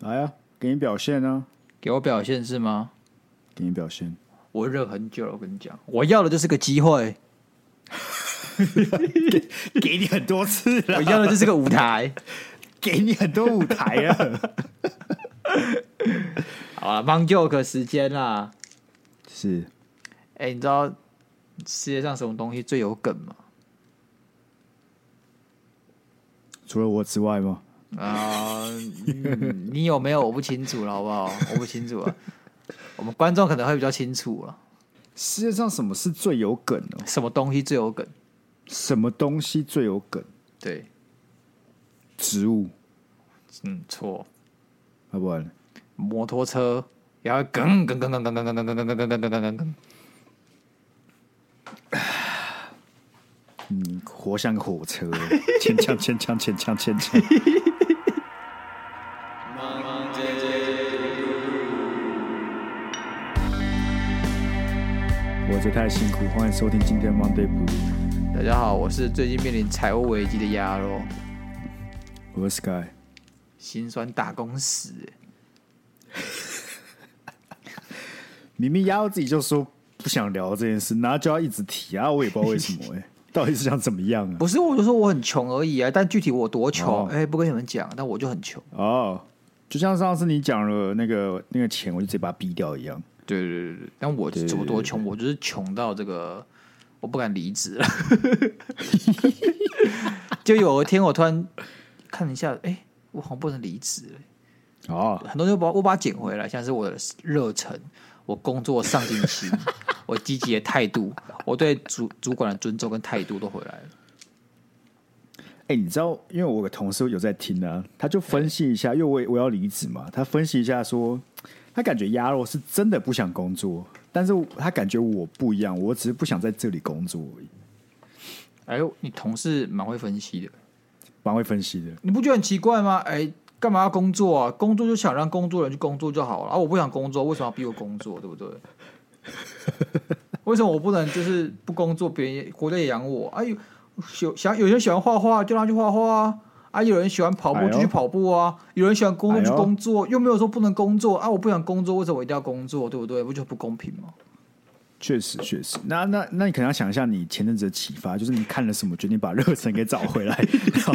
来啊，给你表现啊，给我表现是吗？给你表现。我热很久了，我跟你讲，我要的就是个机会， 给你很多次了， 我要的就是个舞台。给你很多舞台了。 好啊，Mang Joke 时间啦。 是哎、你知道世界上什么东西最有梗吗？除了我之外吗？啊、嗯 你有没有我不清楚了，好不好？我不清楚了，我们观众可能会比较清楚了。世界上什么是最有梗哦？什么东西最有梗？什么东西最有梗？对，植物，嗯，错，要不然呢摩托车也会梗梗梗梗梗梗梗梗梗梗梗梗梗梗。你活像个火 车，牵强牵强牵强牵强。活着太辛苦，欢迎收听今天的 Monday Blue，大家好，我是最近面临财务危机的鸭肉，我是 Sky。心酸打工欸史、明明压到自己就说不想聊这件事，然后就要一直提啊，我也不知道为什么哎、到底是想怎么样啊？不是，我就说我很穷而已啊，但具体我多穷，哦哎、不跟你们讲，但我就很穷。哦，就像上次你讲了那个那个钱，我就直接把它逼掉一样。对对对对，但我怎么多穷，我就是穷到这个，我不敢离职 了。就有一天我突然看了一下，哎、我好像不能离职了。哦，很多人就把我把它捡回来，像是我的热忱，我工作上进 心，我积极的态度，我对主主管的尊重跟态度都回来了。哎、你知道，因为我有个同事有在听啊，他就分析一下，因为我也我要离职嘛，他分析一下说，他感觉鸭肉是真的不想工作，但是他感觉我不一样，我只是不想在这里工作而已，哎呦，你同事蛮会分析的。蛮会分析的。你不觉得很奇怪吗？哎，干嘛要工作啊？工作就想让工作人去工作就好了啊！我不想工作，为什么要逼我工作？对不对？为什么我不能就是不工作，别人也国家也养我？哎呦，有想有人喜欢画画，就让他去画画啊！啊，有人喜欢跑步哎呦就去跑步啊！有人喜欢工作哎呦就工作，又没有说不能工作啊！我不想工作，为什么我一定要工作？对不对？不就不公平吗？确实，确实。那那那你可能要想一下，你前阵子的启发，就是你看了什么，决定把热忱给找回 来，然后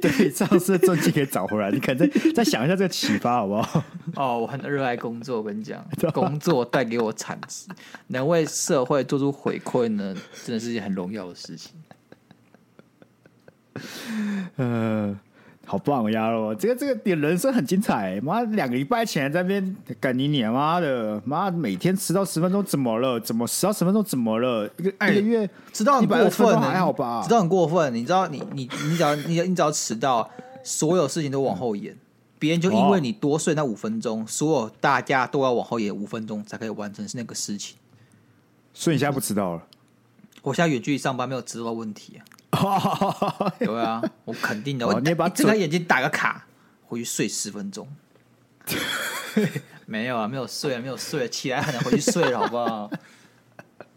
对上次的专辑给找回来。你可能再再想一下这个启发，好不好？哦，我很热爱工作，我跟 你讲，啊工作带给我产值，能为社会做出回馈呢，真的是一件很荣耀的事情。呃，好棒哦，鸭肉，这个这个你人生很精彩。欸妈，两个礼拜前在那边赶你你妈的，妈每天迟到十分钟怎么了？怎么迟到十分钟怎么了？一个、一个月迟到很过120分分、钟欸，还好吧迟到很过分，你知道你，你你只要你你只要迟到，所有事情都往后延，别人就因哦为你多睡那五分钟，所有大家都要往后延五分钟才可以完成那个事情。所以你现在不迟到了。我现在远距离上班没有迟到的问题啊，对啊，我肯定 的，哦我你也把一睁开嘴眼睛打个卡，回去睡十 分钟。没有啊，没有睡啊，没有睡、啊，起来很难回去睡了，好不好？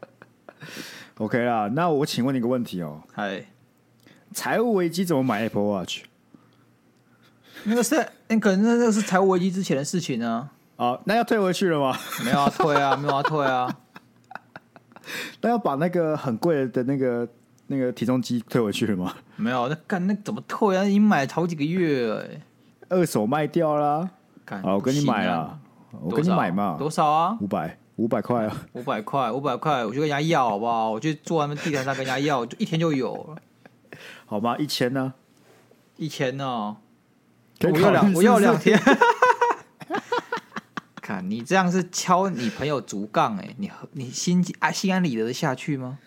OK 啦，那我请问你一个问题哦，嗨，财务危机怎么买 Apple Watch？那个是，那可能那个是财务危机之前的事情啊。啊，那要退回去了 吗？没有啊，退啊，没有啊，退啊。那要把那个很贵的那个那个体重机退回去了吗？没有，那干那怎么退啊？已经买了好几个月了、欸，二手卖掉啦。干好，我跟你买了啦，，我跟你啊多少买嘛，多少啊？五百五百块啊。五百块，五百块，我去跟人家要好不好？我去坐他们地摊上跟人家要，就一天就有了，好吗？一千呢？一千哦可呢、以我考要虑两，是我要不是两天。 看你这样是敲你朋友竹杠哎、你你心安心安理得的下去吗？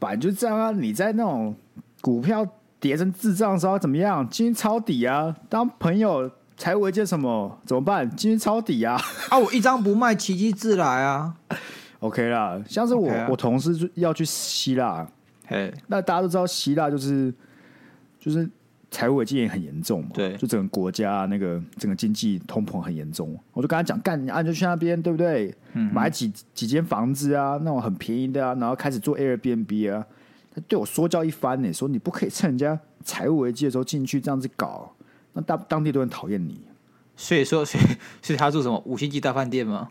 反正就这样啊！你在那种股票跌成智障的时候怎么样？进去抄底啊！当朋友财务危机什么怎么办？进去抄底啊 啊，我一张不卖，奇迹自来啊！ ！OK 啦，像是我 OK 啊我同事就要去希腊，嘿，那大家都知道希腊就是就是财务危机也很严重嘛，对就整个国家、那个整个经济通膨很严重。我就跟他讲，干，啊，你就去那边，对不对？嗯买几几间房子啊，那种很便宜的啊，然后开始做 Airbnb 啊。他对我说教一番呢、说你不可以趁人家财务危机的时候进去这样子搞，那当当地都很讨厌你。所以说，所 以所以他住什么五星级大饭店吗？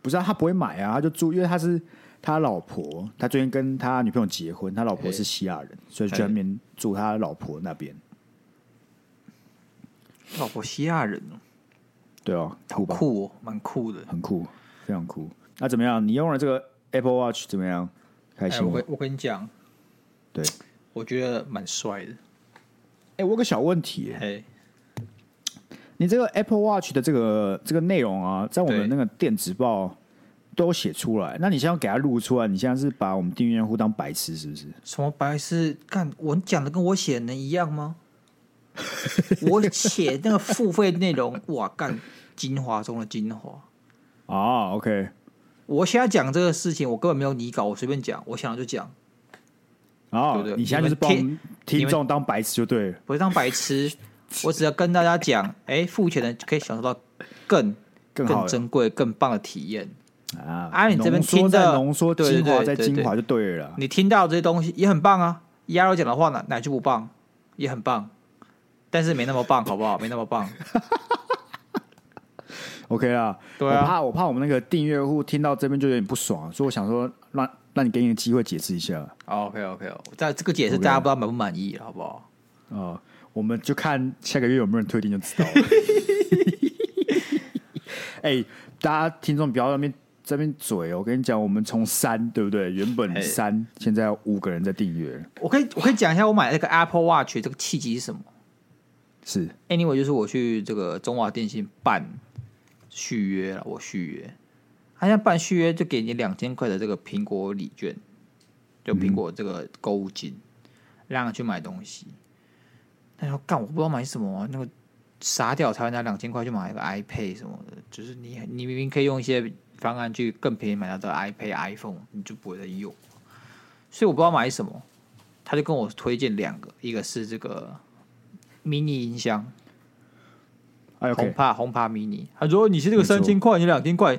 不是啊，他不会买啊，他就住，因为他是他老婆，他最近跟他女朋友结婚，他老婆嘿是希腊人，所以就在那边住他老婆那边。老婆希腊人哦，对哦，酷吧，酷哦，蛮酷的。很酷，非常酷。那怎么样？你用了这个 Apple Watch 怎么样？开哎，心我吗跟？我跟你讲，对，我觉得蛮帅的。哎，我有个小问题耶，哎，你这个 Apple Watch 的这个这个内容啊，在我们对那个电子报都有写出来。那你现在要给它录出来，你现在是把我们订阅户当白痴是不是？什么白痴？干，我讲的跟我写的一样 吗？我写那个付费内容，哇，干，精华中的精华。啊，OK，我现在讲这个事情，我根本没有拟稿，我随便讲，我想了就讲，啊对对，你现在就是帮你们听众当白痴就对了。不是当 白痴。我只要跟大家讲，哎、付钱的可以享受到更更好珍贵、更棒的体验。啊！啊你这边浓缩听再的浓缩，对对精华对再对精对华就对了啦。你听到这些东西也很棒啊。鸭肉讲的话哪哪句不棒？也很棒，但是没那么棒，好不好？没那么棒。 OK 啦，对啊我怕我怕我们那个订阅户听到这边就有点不爽，所以我想说让让你给你个机会解释一下啊、 OK OK，但这个解释大家不知道满不满意，好不好？哦我们就看下个月有没有人退订就知道 了。哎、大家听众不要在那边这边嘴哦，我跟你讲，我们从三对不对？原本嘿三，现在有五个人在订阅，我可以我可以讲一下我买那个 Apple Watch 这个契机是什么是？Anyway，就是我去这个中华电信办续约了，我续约，他现在办续约就给你两千块的这个苹果礼券，就苹果这个购物金，让你去买东西。他说干，我不知道买什么啊、那个傻屌才会拿两千块去买一个 iPad 什么的，就是你你明明可以用一些方案去更便宜买到这个 iPad、iPhone，你就不会再用。所以我不知道买什么，他就跟我推荐两个，一个是这个迷你音箱，哎红 OK，帕红帕迷你。他说你是这没个错三千块，你两千块，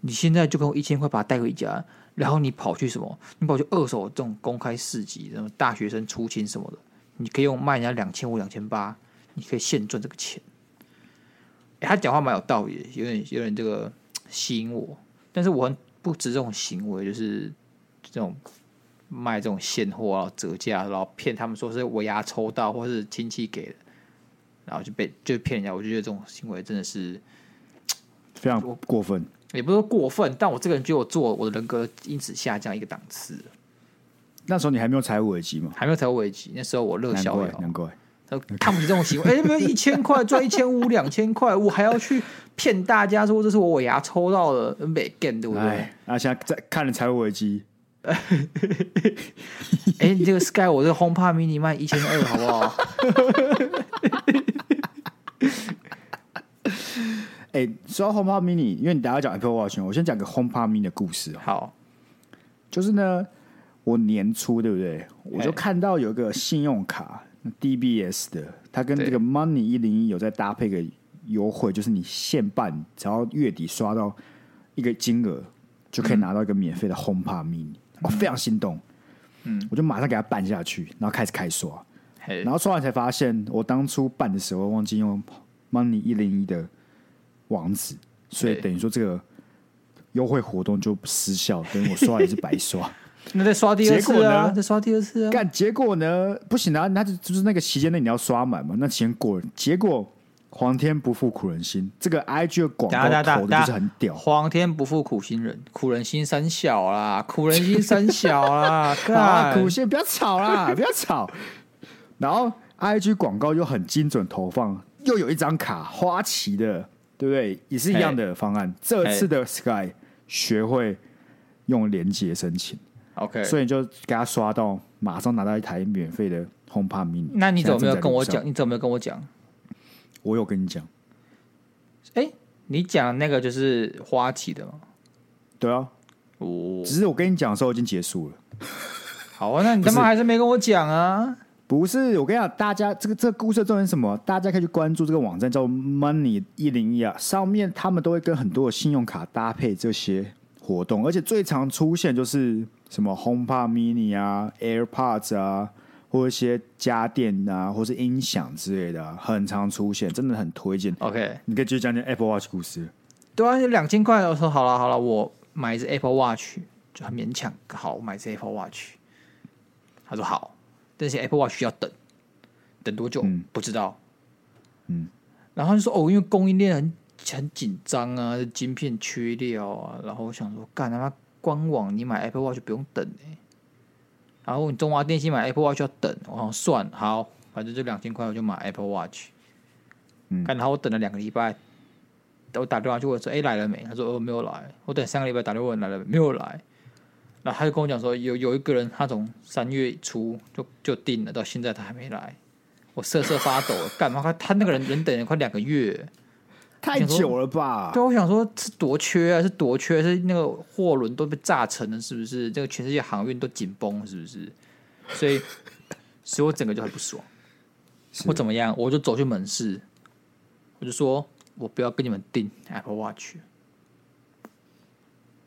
你现在就跟我一千块把它带回家，然后你跑去什么？你跑去二手这种公开市集，什么大学生出勤什么的，你可以用卖人家两千五、两千八，你可以现赚这个钱。诶他讲话蛮有道理的，有点有点这个吸引我，但是我很不止这种行为，就是这种卖这种现货然后折价，然后骗他们说是我牙抽到或是亲戚给的，然后就被就骗人家，我就觉得这种行为真的是非常过分。也不是说过分，但我这个人觉得我做我的人格因此下降一个档次，那时候你还没有财务危机嘛？还没有财务危机，那时候我热难销怪了，难怪。他看不起这种行为，哎、没有一千块赚一千五、两千块，我还要去骗大家说这是我尾牙抽到的，没 g 对不对？哎、哎，那现在在看了财务危机，哎你这个 Sky 我这个 HomePod mini 卖一千二，好不好？哎、说到 HomePod Mini，因为你等一下讲 Apple Watch，嘛我先讲个 HomePod Mini 的故事哦。好，就是呢，我年初对不对？我就哎看到有个信用卡 DBS 的，它跟对这个 Money 一零一有在搭配个优惠，就是你现办，只要月底刷到一个金额，就可以拿到一个免费的 HomePod Mini，我、非常心动。嗯，我就马上给它办下去，然后开始开刷，嘿然，后刷完才发现，我当初办的时候忘记用 Money 一零一的网址，所以对等于说这个优惠活动就失效，等于我刷也是白 刷。那再刷第二结次果呢啊，再刷第二次啊，干，结果呢？不行啊，那就就是那个期间内你要刷满嘛，那期间过了，结果皇天不负苦人心，这个 IG 的广哒告哒哒投的就是很屌。皇天不负苦心人，苦人心三小啦，苦人心三小 啦，好啊，干苦线不要吵 啦，不要吵。然后 IG 广告又很精准投放，又有一张卡花旗的，对不对？也是一样的方案。这次的 Sky 学会用连接申请， OK，所以就给他刷到，马上拿到一台免费的 HomePod Mini。那你怎么没有跟我现在正在路讲？上？你怎么没有跟我讲？我有跟你讲。哎，你讲的那个就是花旗的吗？对啊，哦，只是我跟你讲的时候已经结束了。好啊，那你他不妈是还是没跟我讲啊？不是，我跟你讲，大家这个这个故事的重点是什么？大家可以去关注这个网站叫 Money 一零一啊，上面他们都会跟很多的信用卡搭配这些活动，而且最常出现就是什么 HomePod Mini 啊、AirPods 啊、或一些家电啊，或是音响之类的啊、很常出现，真的很推荐。 OK，你可以继续讲讲 Apple Watch 故事。对啊，两千块我说好了好了，我买一只 Apple Watch 就很勉强，好，我买一只 Apple Watch。他说好，但是 Apple Watch 要等，等多久、嗯不知道。嗯，然后他就说哦，因为供应链很很紧张啊，晶片缺料啊。然后我想说，干他妈官网你买 Apple Watch 不用等哎、然后你中华电信买 Apple Watch 要等，我想算好，反正就两千块我就买 Apple Watch。嗯干然后我等了两个礼拜，我打电话去问说：“哎、来了没？”他说：“哦，没有来。”我等三个礼拜打电话问来了没，没有来。然后他就跟我讲说，有有一个人他从三月初就就定了，到现在他还没来，我瑟瑟发抖。干嘛？他他那个人人等了快两个月。太久了吧？对，我想说是多缺啊，是多缺，是那个货轮都被炸沉了，是不是？这个全世界航运都紧绷，是不是？所以，所以我整个就很不爽。 是我怎么样？我就走去门市，我就说我不要跟你们订 Apple Watch。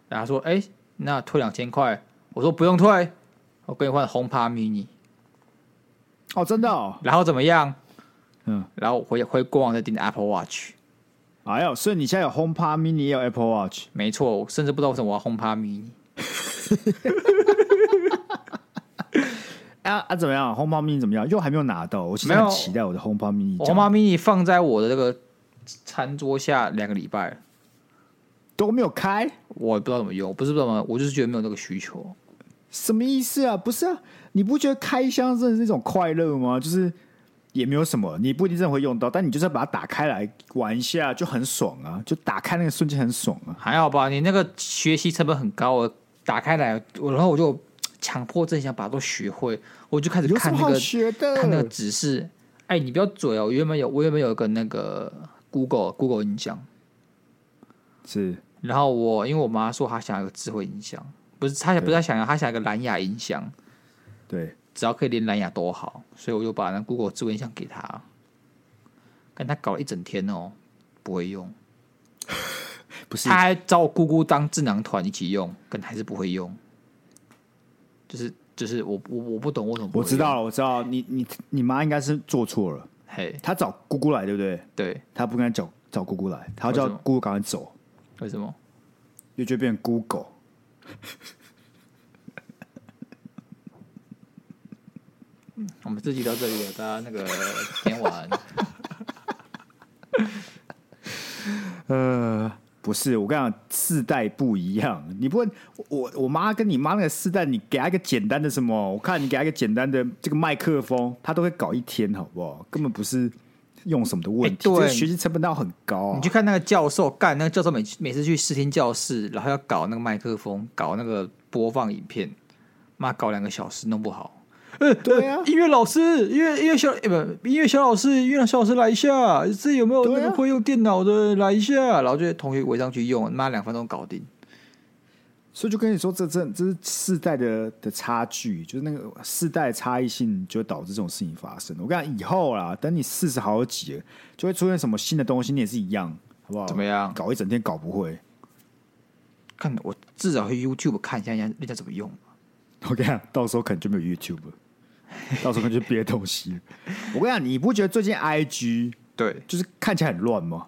然后他说：“哎、那退两千块。”我说：“不用退，我跟你换红趴 mini。哦，真的哦”。然后怎么样？嗯，然后我回回官网再订 Apple Watch。哎呦，所以你现在有 HomePod Mini，也有 Apple Watch，没错，我甚至不知道为什么我要轰趴 mini。啊啊，怎么样？HomePod Mini 怎么样？又还没有拿到，我其实没有很期待我的 HomePod Mini 我这样。妈 mini 放在我的这个餐桌下两个礼拜了，都没有开，我也不知道怎么用，不是不知道怎么用，我就是觉得没有那个需求。什么意思啊？不是啊，你不觉得开箱真的是一种快乐吗？就是也没有什么，你不一定真的会用到，但你就是要把它打开来玩一下，就很爽啊！就打开那个瞬间很爽啊！还好吧，你那个学习成本很高，我打开来，我然后我就强迫症想把它都学会，我就开始有什看么那好个学看那的？个指示。哎，你不要嘴哦，我原本有我原本有一个那个 Google Google 音箱，是然后我因为我妈说她想要一个智慧音箱，不是她想不是她想要，她想要一个蓝牙音箱，对，只要可以连蓝牙多好，所以我就把那 Google 智慧音箱给她，但她搞了一整天哦，不会用，不是他还找我姑姑当智囊团一起用，跟还是不会用，就是就是我我我不懂我怎么不我会知道了，我知道了你你你妈应该是做错了，用，嘿，她找姑姑来，对不对？对，她不应该找找姑姑来，她要为什叫么姑姑赶快走，为什么？就就变成 Google。我们自己到这里了，大家那个今 天晚安呃，不是，我跟你讲，世代不一样。你不会，我我妈跟你妈那个世代，你给她一个简单的什么？我看你给她一个简单的这个麦克风，她都会搞一天，好不好？根本不是用什么的问题，哎对这个学习成本到很高、啊。你去看那个教授干，那个教授每每次去视听教室，然后要搞那个麦克风，搞那个播放影片，妈搞两个小时弄不好。呃，对啊呃 音乐老师，音乐音乐小，呃不，音乐小老师，音乐小老师来一下，这有没有对啊那个会用电脑的来一下？然后就同学围上去用，妈两分钟搞定。所以就跟你说，这这这是世代的的差距，就是那个世代差异性，就会导致这种事情发生。我跟你讲，以后啦，等你四十好几了，就会出现什么新的东西，你也是一样，好不好？怎么样搞一整天搞不会。看我至少去 YouTube 看一下人家人家怎么用。我跟你讲， 到时候可能就没有 YouTube，了到时候可能就别的东西了。我跟你讲，你不觉得最近 IG 对就是看起来很乱吗？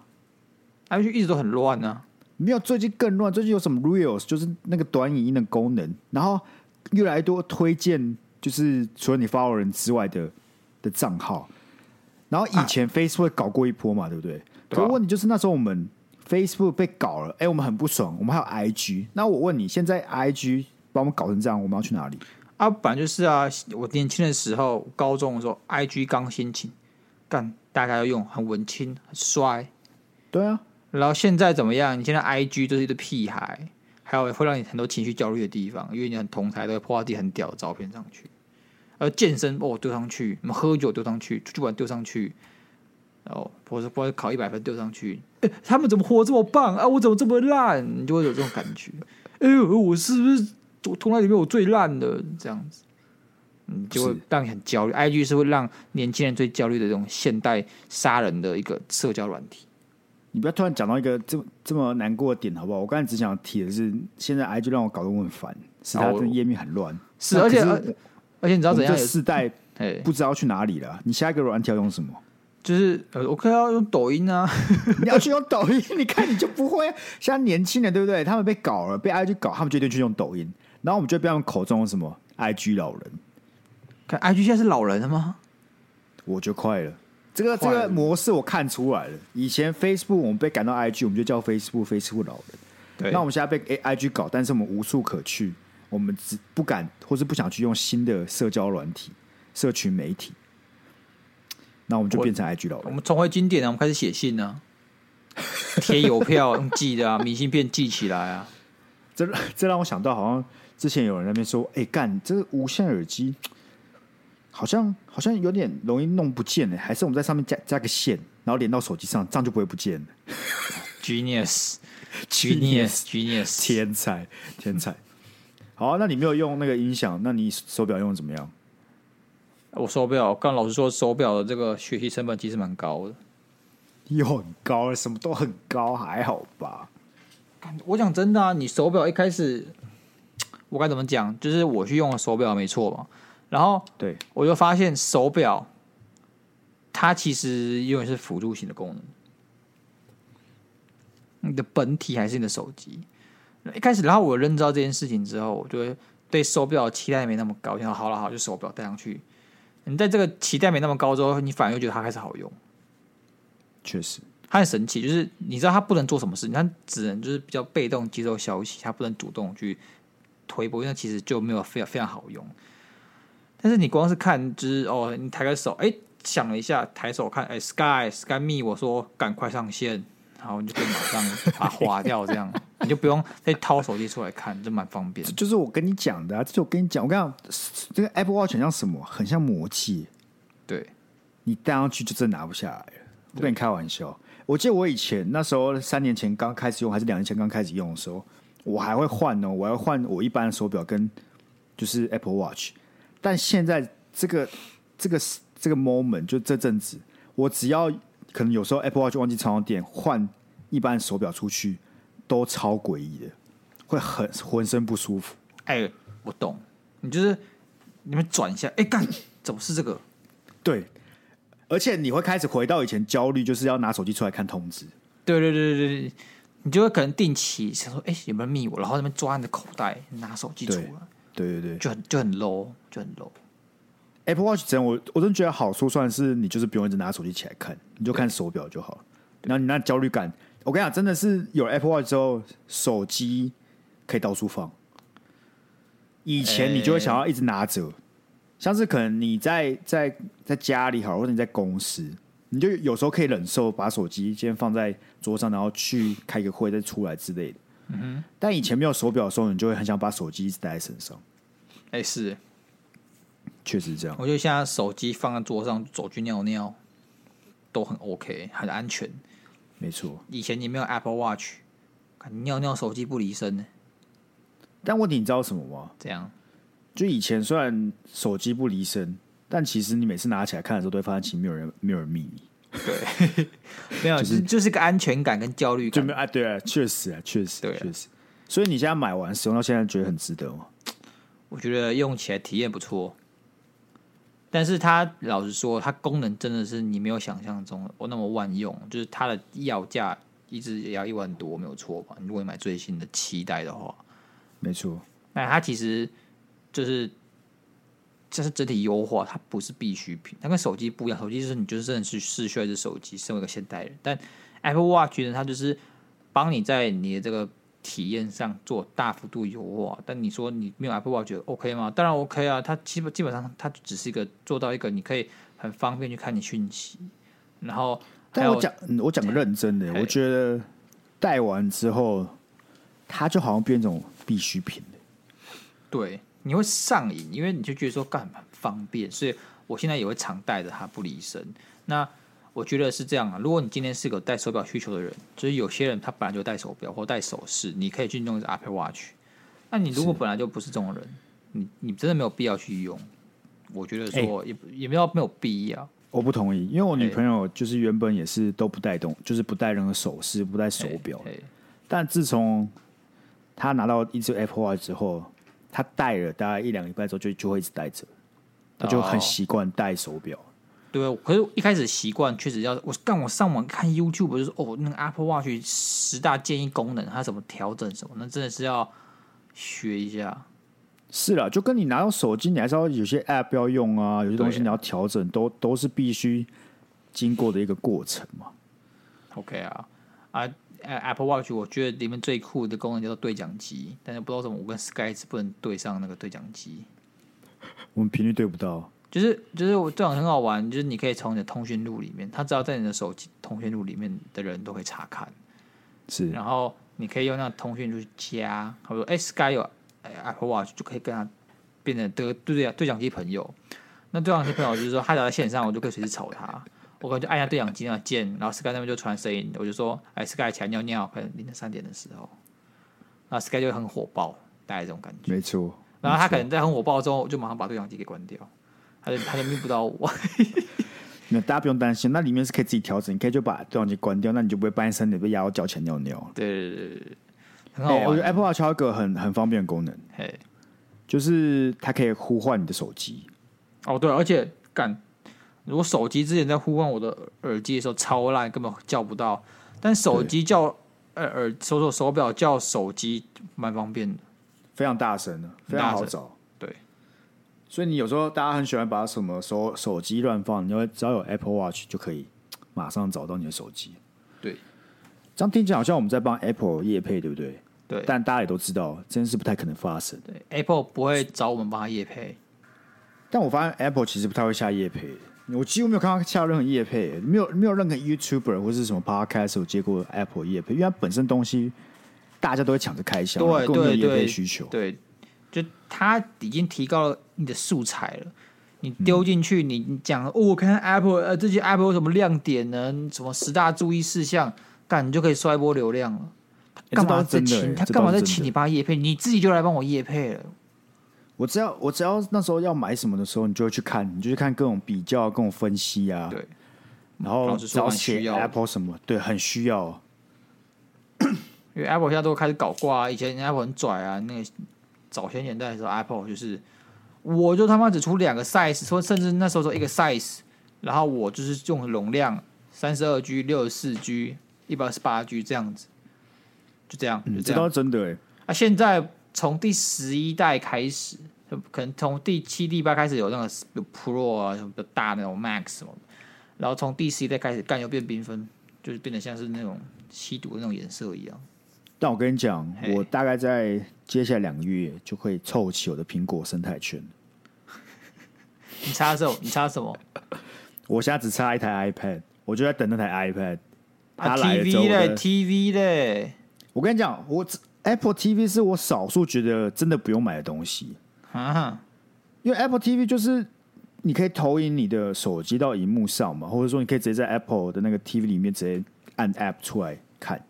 ，IG 一直都很乱啊。没有，最近更乱。最近有什么 Reels，就是那个短影音的功能，然后越来越多推荐，就是除了你 follow 人之外的的账号。然后以前 Facebook 搞过一波嘛，对不对？对可啊问题就是那时候我们 Facebook 被搞了，哎，我们很不爽。我们还有 IG，那我问你，现在 IG 把我们搞成这样，我们要去哪里？啊，本来就是啊，我年轻的时候，高中的时候，IG 刚兴起，干大家要用，很文青，很帅。对啊，然后现在怎么样？你现在 IG 就是一堆屁孩，还有会让你很多情绪焦虑的地方，因为你很同台都会 po 到自己很屌的照片上去，而健身哦丢上去，什么喝酒丢上去，出去玩丢上去，然后或者或者考一百分丢上去、诶他们怎么活这么棒啊？我怎么这么烂？你就会有这种感觉，哎呦，我是不是我同台里面我最烂的这样子？你就会是让你很焦虑。IG 是会让年轻人最焦虑的这种现代杀人的一个社交软体。你不要突然讲到一个这么这么难过的点，好不好？我刚才只想提的是，现在 IG 让我搞得我很烦，是它啊的我页面很乱。是，那而且呃可而而且你知道我怎们样这有？世代哎，不知道去哪里了，你下一个软体要用什么？ 就是呃，OK 啊，用抖音啊，你要去用抖音， 你看你就不会。像年轻人对不对？他们被搞了，被 IG 搞，他们就一定去用抖音，然后我们就被他们口中的什么 IG 老人，看 IG 现在是老人了吗？我就快了。这个这快了个模式我看出来了。以前 Facebook 我们被赶到 IG，我们就叫 Facebook，Facebook 老人。对那我们现在被 A IG 搞，但是我们无处可去，我们只不敢或是不想去用新的社交软体、社群媒体，那我们就变成 IG 老我人。们重回经典啊，我们开始写信啊，贴邮票用寄 的啊，明信片寄起来啊，这这让我想到，好像之前有人在那边说，哎、干，这个无线耳机好像好像有点容易弄不见呢、还是我们在上面加加个线，然后连到手机上，这样就不会不见了。 genius Genius genius genius，天才，天才。 好，那你没有用那个音响，那你手表用的怎么样？我手表，刚老师说手表的这个学习成本其实蛮高的。又很高了，什么都很高，还好吧？我讲真的啊，你手表一开始，我该怎么讲？就是我去用了手表没错嘛，然后对，我就发现手表它其实永远是辅助型的功能，你的本体还是你的手机。一开始，然后我认知到这件事情之后，我就会对手表的期待没那么高，想说好了好了就手表戴上去。你在这个期待没那么高之后，你反而又觉得它开始好用。确实，它很神奇，就是你知道它不能做什么事情，它只能就是比较被动接受消息，它不能主动去推波，因为它其实就没有非常非常好用。但是你光是看，就是哦，你抬个手，哎、想了一下，抬手看，哎、s k y Sky Me，我说赶快上线，然后你就可以马上把它划掉，这样 你就不用再掏手机出来看，就蛮方便这。就是我跟你讲的、啊，这就我跟你讲，我跟你讲，这个 Apple Watch 很像什么？很像魔戒，对，你戴上去就真的拿不下来了。不跟你开玩笑，我记得我以前那时候三年前刚开始用，还是两年前刚开始用的时候，我还会换哦，我还会换我一般的手表跟就是 Apple Watch，但现在这个这个这个 moment 就这阵子，我只要可能有时候 Apple Watch 忘记插上电，换一般手表出去都超诡异的，会很浑身不舒服。哎、我懂，你就是你们转一下，哎、干，怎么是这个？对，而且你会开始回到以前焦虑，就是要拿手机出来看通知。对对对对对，你就会可能定期想说，哎、有没有人密我？然后那边抓你的口袋，拿手机出来对，对对对就很就很 low，就很 low。 ，Apple Watch 真的我我真的觉得好处算是你就是不用一直拿手机起来看，你就看手表就好了。然后你那焦虑感，我跟你讲，真的是有了 Apple Watch 之后，手机可以到处放。以前你就会想要一直拿着，像是可能你在在在家里好，或者你在公司，你就有时候可以忍受把手机先放在桌上，然后去开个会再出来之类的。但以前没有手表的时候，你就会很想把手机一直带在身上，哎、是，确实是这样。我觉得现在手机放在桌上，走去尿尿都很 OK，很安全。没错，以前你没有 Apple Watch，看你尿尿手机不离身呢，但问题你知道什么吗？这样就以前虽然手机不离身，但其实你每次拿起来看的时候，都会发现其实没有人没有人密你，没有，就是就是个安全感跟焦虑就感没。有啊？对啊，确实啊，确实，对啊确实。所以你现在买完使用到现在，觉得很值得吗？我觉得用起来体验不错，但是它老实说，它功能真的是你没有想象中的哦那么万用，就是它的要价一直也要一万多，没有错吧？如果你买最新的七代的话，没错，那它其实就是这是整体优化，它不是必需品，它跟手机不一样，手机就是你就是真的去试需要一只手机，身为一个现代人，但 Apple Watch 呢，它就是帮你在你的这个体验上做大幅度优化。但你说你没有 Apple Watch 觉得 OK 吗？当然 OK 啊，它基本基本上它只是一个做到一个你可以很方便去看你讯息，然后还但我有讲、嗯我讲个认真的，嘿我觉得戴完之后，它就好像变成一种必需品了对，你会上瘾，因为你就觉得说干蛮方便，所以我现在也会常带着它不离身。那我觉得是这样啊，如果你今天是个有戴手表需求的人，就是有些人他本来就戴手表或戴首饰，你可以去弄一个 Apple Watch。那你如果本来就不是这种人，你你真的没有必要去用。我觉得哎说也、也没有没有必要，我不同意，因为我女嘿朋友就是原本也是都不戴东，就是不戴任何首饰，不戴手表，哎但自从她拿到一只 Apple Watch 之后，她戴了大概一两个礼拜之后就就会一直戴着。他就很哦习惯戴手表。对，啊可是一开始习惯确实要我干，我上网看 YouTube 就是哦，那个 Apple Watch 十大建议功能，它怎么调整什么，那真的是要学一下。是啦，就跟你拿到手机，你还是要有些 app 要用啊，有些东西对你要调整，都都是必须经过的一个过程嘛。 OK 啊啊呃，Apple Watch 我觉得里面最酷的功能叫做对讲机，但是不知道为什么我跟 Sky 是不能对上那个对讲机。我们频率对不到，就是就是我这种很好玩，就是你可以从你的通讯录里面，它只要在你的手机通讯录里面的人都可以查看，是然后你可以用那个通讯录去加，他说哎、Sky 有哎 Apple Watch 就可以跟他变成对对对对讲机朋友，那对讲机朋友就是说他只要在线上，我就可以随时吵他，我可能就按下对讲机那个键，然后 Sky 那边就传声音，我就说哎、Sky 起来尿尿，可能凌晨三点的时候，那 Sky 就会很火爆，大概这种感觉。没错。然后他可没错能在很火爆之后，就马上把对讲机给关掉，他就他就命不到我。那大家不用担心，那里面是可以自己调整，你可以就把对讲机关掉，那你就不会半夜三点被压到脚前尿尿了。对对对对，很好哎、我玩觉得。Apple Watch 还有一个很很方便的功能，嘿，就是它可以呼唤你的手机。哦对，而且干，我手机之前在呼唤我的耳耳机的时候超烂，根本叫不到。但手机叫耳耳手手手表叫手机蛮方便的。非常大声的，非常好找。对，所以你有时候大家很喜欢把什么手手机乱放，你会只要有 Apple Watch 就可以马上找到你的手机。对这样听起来好像我们在帮 Apple 业配，对不对？对但大家也都知道这件事不太可能发生。对，Apple 不会找我们帮他夜配。但我发现 Apple 其实不太会下业配，我几乎没有看到下任何业配，没有没有任何 YouTuber 或是什么 Podcast 有接过 Apple 业配，因为它本身东西大家都会抢着开销，对根本没有对业配对需求。对，就他已经提高了你的素材了。你丢进去，你你讲哦，我看看 Apple，呃，这些 Apple 有什么亮点呢？什么十大注意事项，干你就可以刷一波流量了。欸他这干倒嘛是再真的请欸他这干倒嘛是真再请的你帮他夜配？你自己就来帮我夜配了。我只要我只要那时候要买什么的时候，你就会去看，你就去看各种比较、各种分析啊。对，然后老实只说要蛮需写要的 Apple 什么，对，很需要。因为 Apple 现在都开始搞挂、啊，以前 Apple 很拽啊，那个早些年代的时候，Apple 就是我就他妈只出两个 size，说甚至那时候说一个 size，然后我就是用容量三十二 G、六十四 G、一百二十八 G 这样子，就这样，就嗯，这这样。倒是真的哎、啊，现在从第十一代开始，就可能从第七、第八开始有那个有 Pro 啊，什么比较大那种 Max 什么的，然后从第十一代开始，干又变缤纷，就是变得像是那种吸毒的那种颜色一样。但我跟你讲，嘿我大概在接下来两个月就会凑齐我的苹果生态圈。你插什么？你插什么？我现在只差一台 iPad，我就在等那台 iPad。它啊来了之后， ，TV 我嘞的，TV 嘞，我跟你讲，我只 Apple TV 是我少数觉得真的不用买的东西，啊，因为 Apple TV 就是你可以投影你的手机到荧幕上嘛，或者说你可以直接在 Apple 的那个 TV 里面直接按 App 出来看，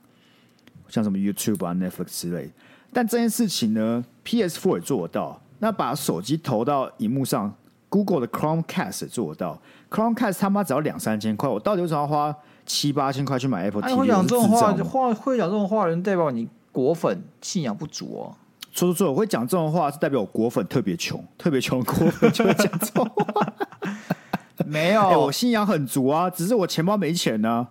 像什么 YouTube 啊、Netflix 之类。但这件事情呢，PS4 也做得到，那把手机投到荧幕上，Google 的 Chromecast 也做得到。Chromecast 他妈只要两三千块，我到底为什么要花七八千块去买 Apple 啊， TV？、会讲这我是种智话，障吗话会讲这种话的人，代表你果粉信仰不足 哦。说错错，我会讲这种话是代表我果粉特别穷，特别穷的果 粉就会讲这种话。没哎、有我，信仰很足啊，只是我钱包没钱啊呢、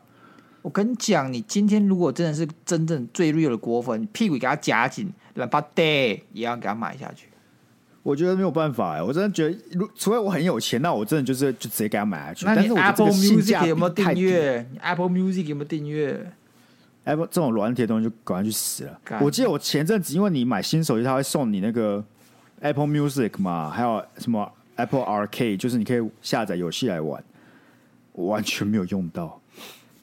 我跟你讲，你今天如果真的是真正最 real 的果粉，你屁股给他夹紧，懒巴爹也要给他买下去。我觉得没有办法哎、我真的觉得，如除非我很有钱，那我真的就是就直接给他买下去。那但你是我觉得这 Apple 个性价 Music 比有没有太订低阅？你 Apple Music 有没有订阅？ ？Apple 这种软体的东西就赶快去死了干。我记得我前阵子因为你买新手机，他会送你那个 Apple Music 嘛，还有什么 Apple Arcade，就是你可以下载游戏来玩。我完全没有用到。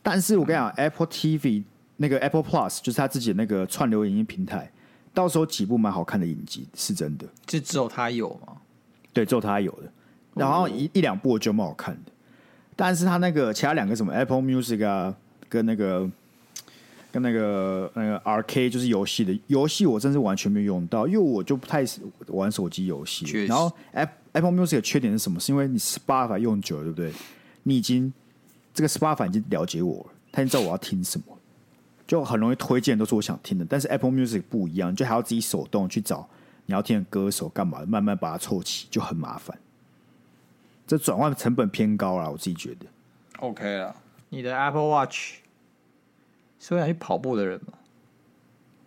但是我跟你讲，Apple TV 那个 Apple Plus 就是他自己的那个串流影音平台，到时候几部蛮好看的影集，是真的。就只有他有吗？对，只有他有的。然哦后一一两部我觉得蛮好看的，但是他那个其他两个什么 Apple Music 啊，跟那个跟那个那个 R K 就是游戏的游戏，我真是完全没有用到，因为我就不太玩手机游戏。确实然后 App Apple Music 的缺点是什么？是因为你 Spotify 用久了，对不对？你已经这个 Spotify 已经了解我了，他已经知道我要听什么，就很容易推荐都是我想听的。但是 Apple Music 不一样，就还要自己手动去找你要听的歌手干嘛，慢慢把它凑齐，就很麻烦。这转换成本偏高啦，我自己觉得。 OK 了。你的 Apple Watch 是会拿去跑步的人吗？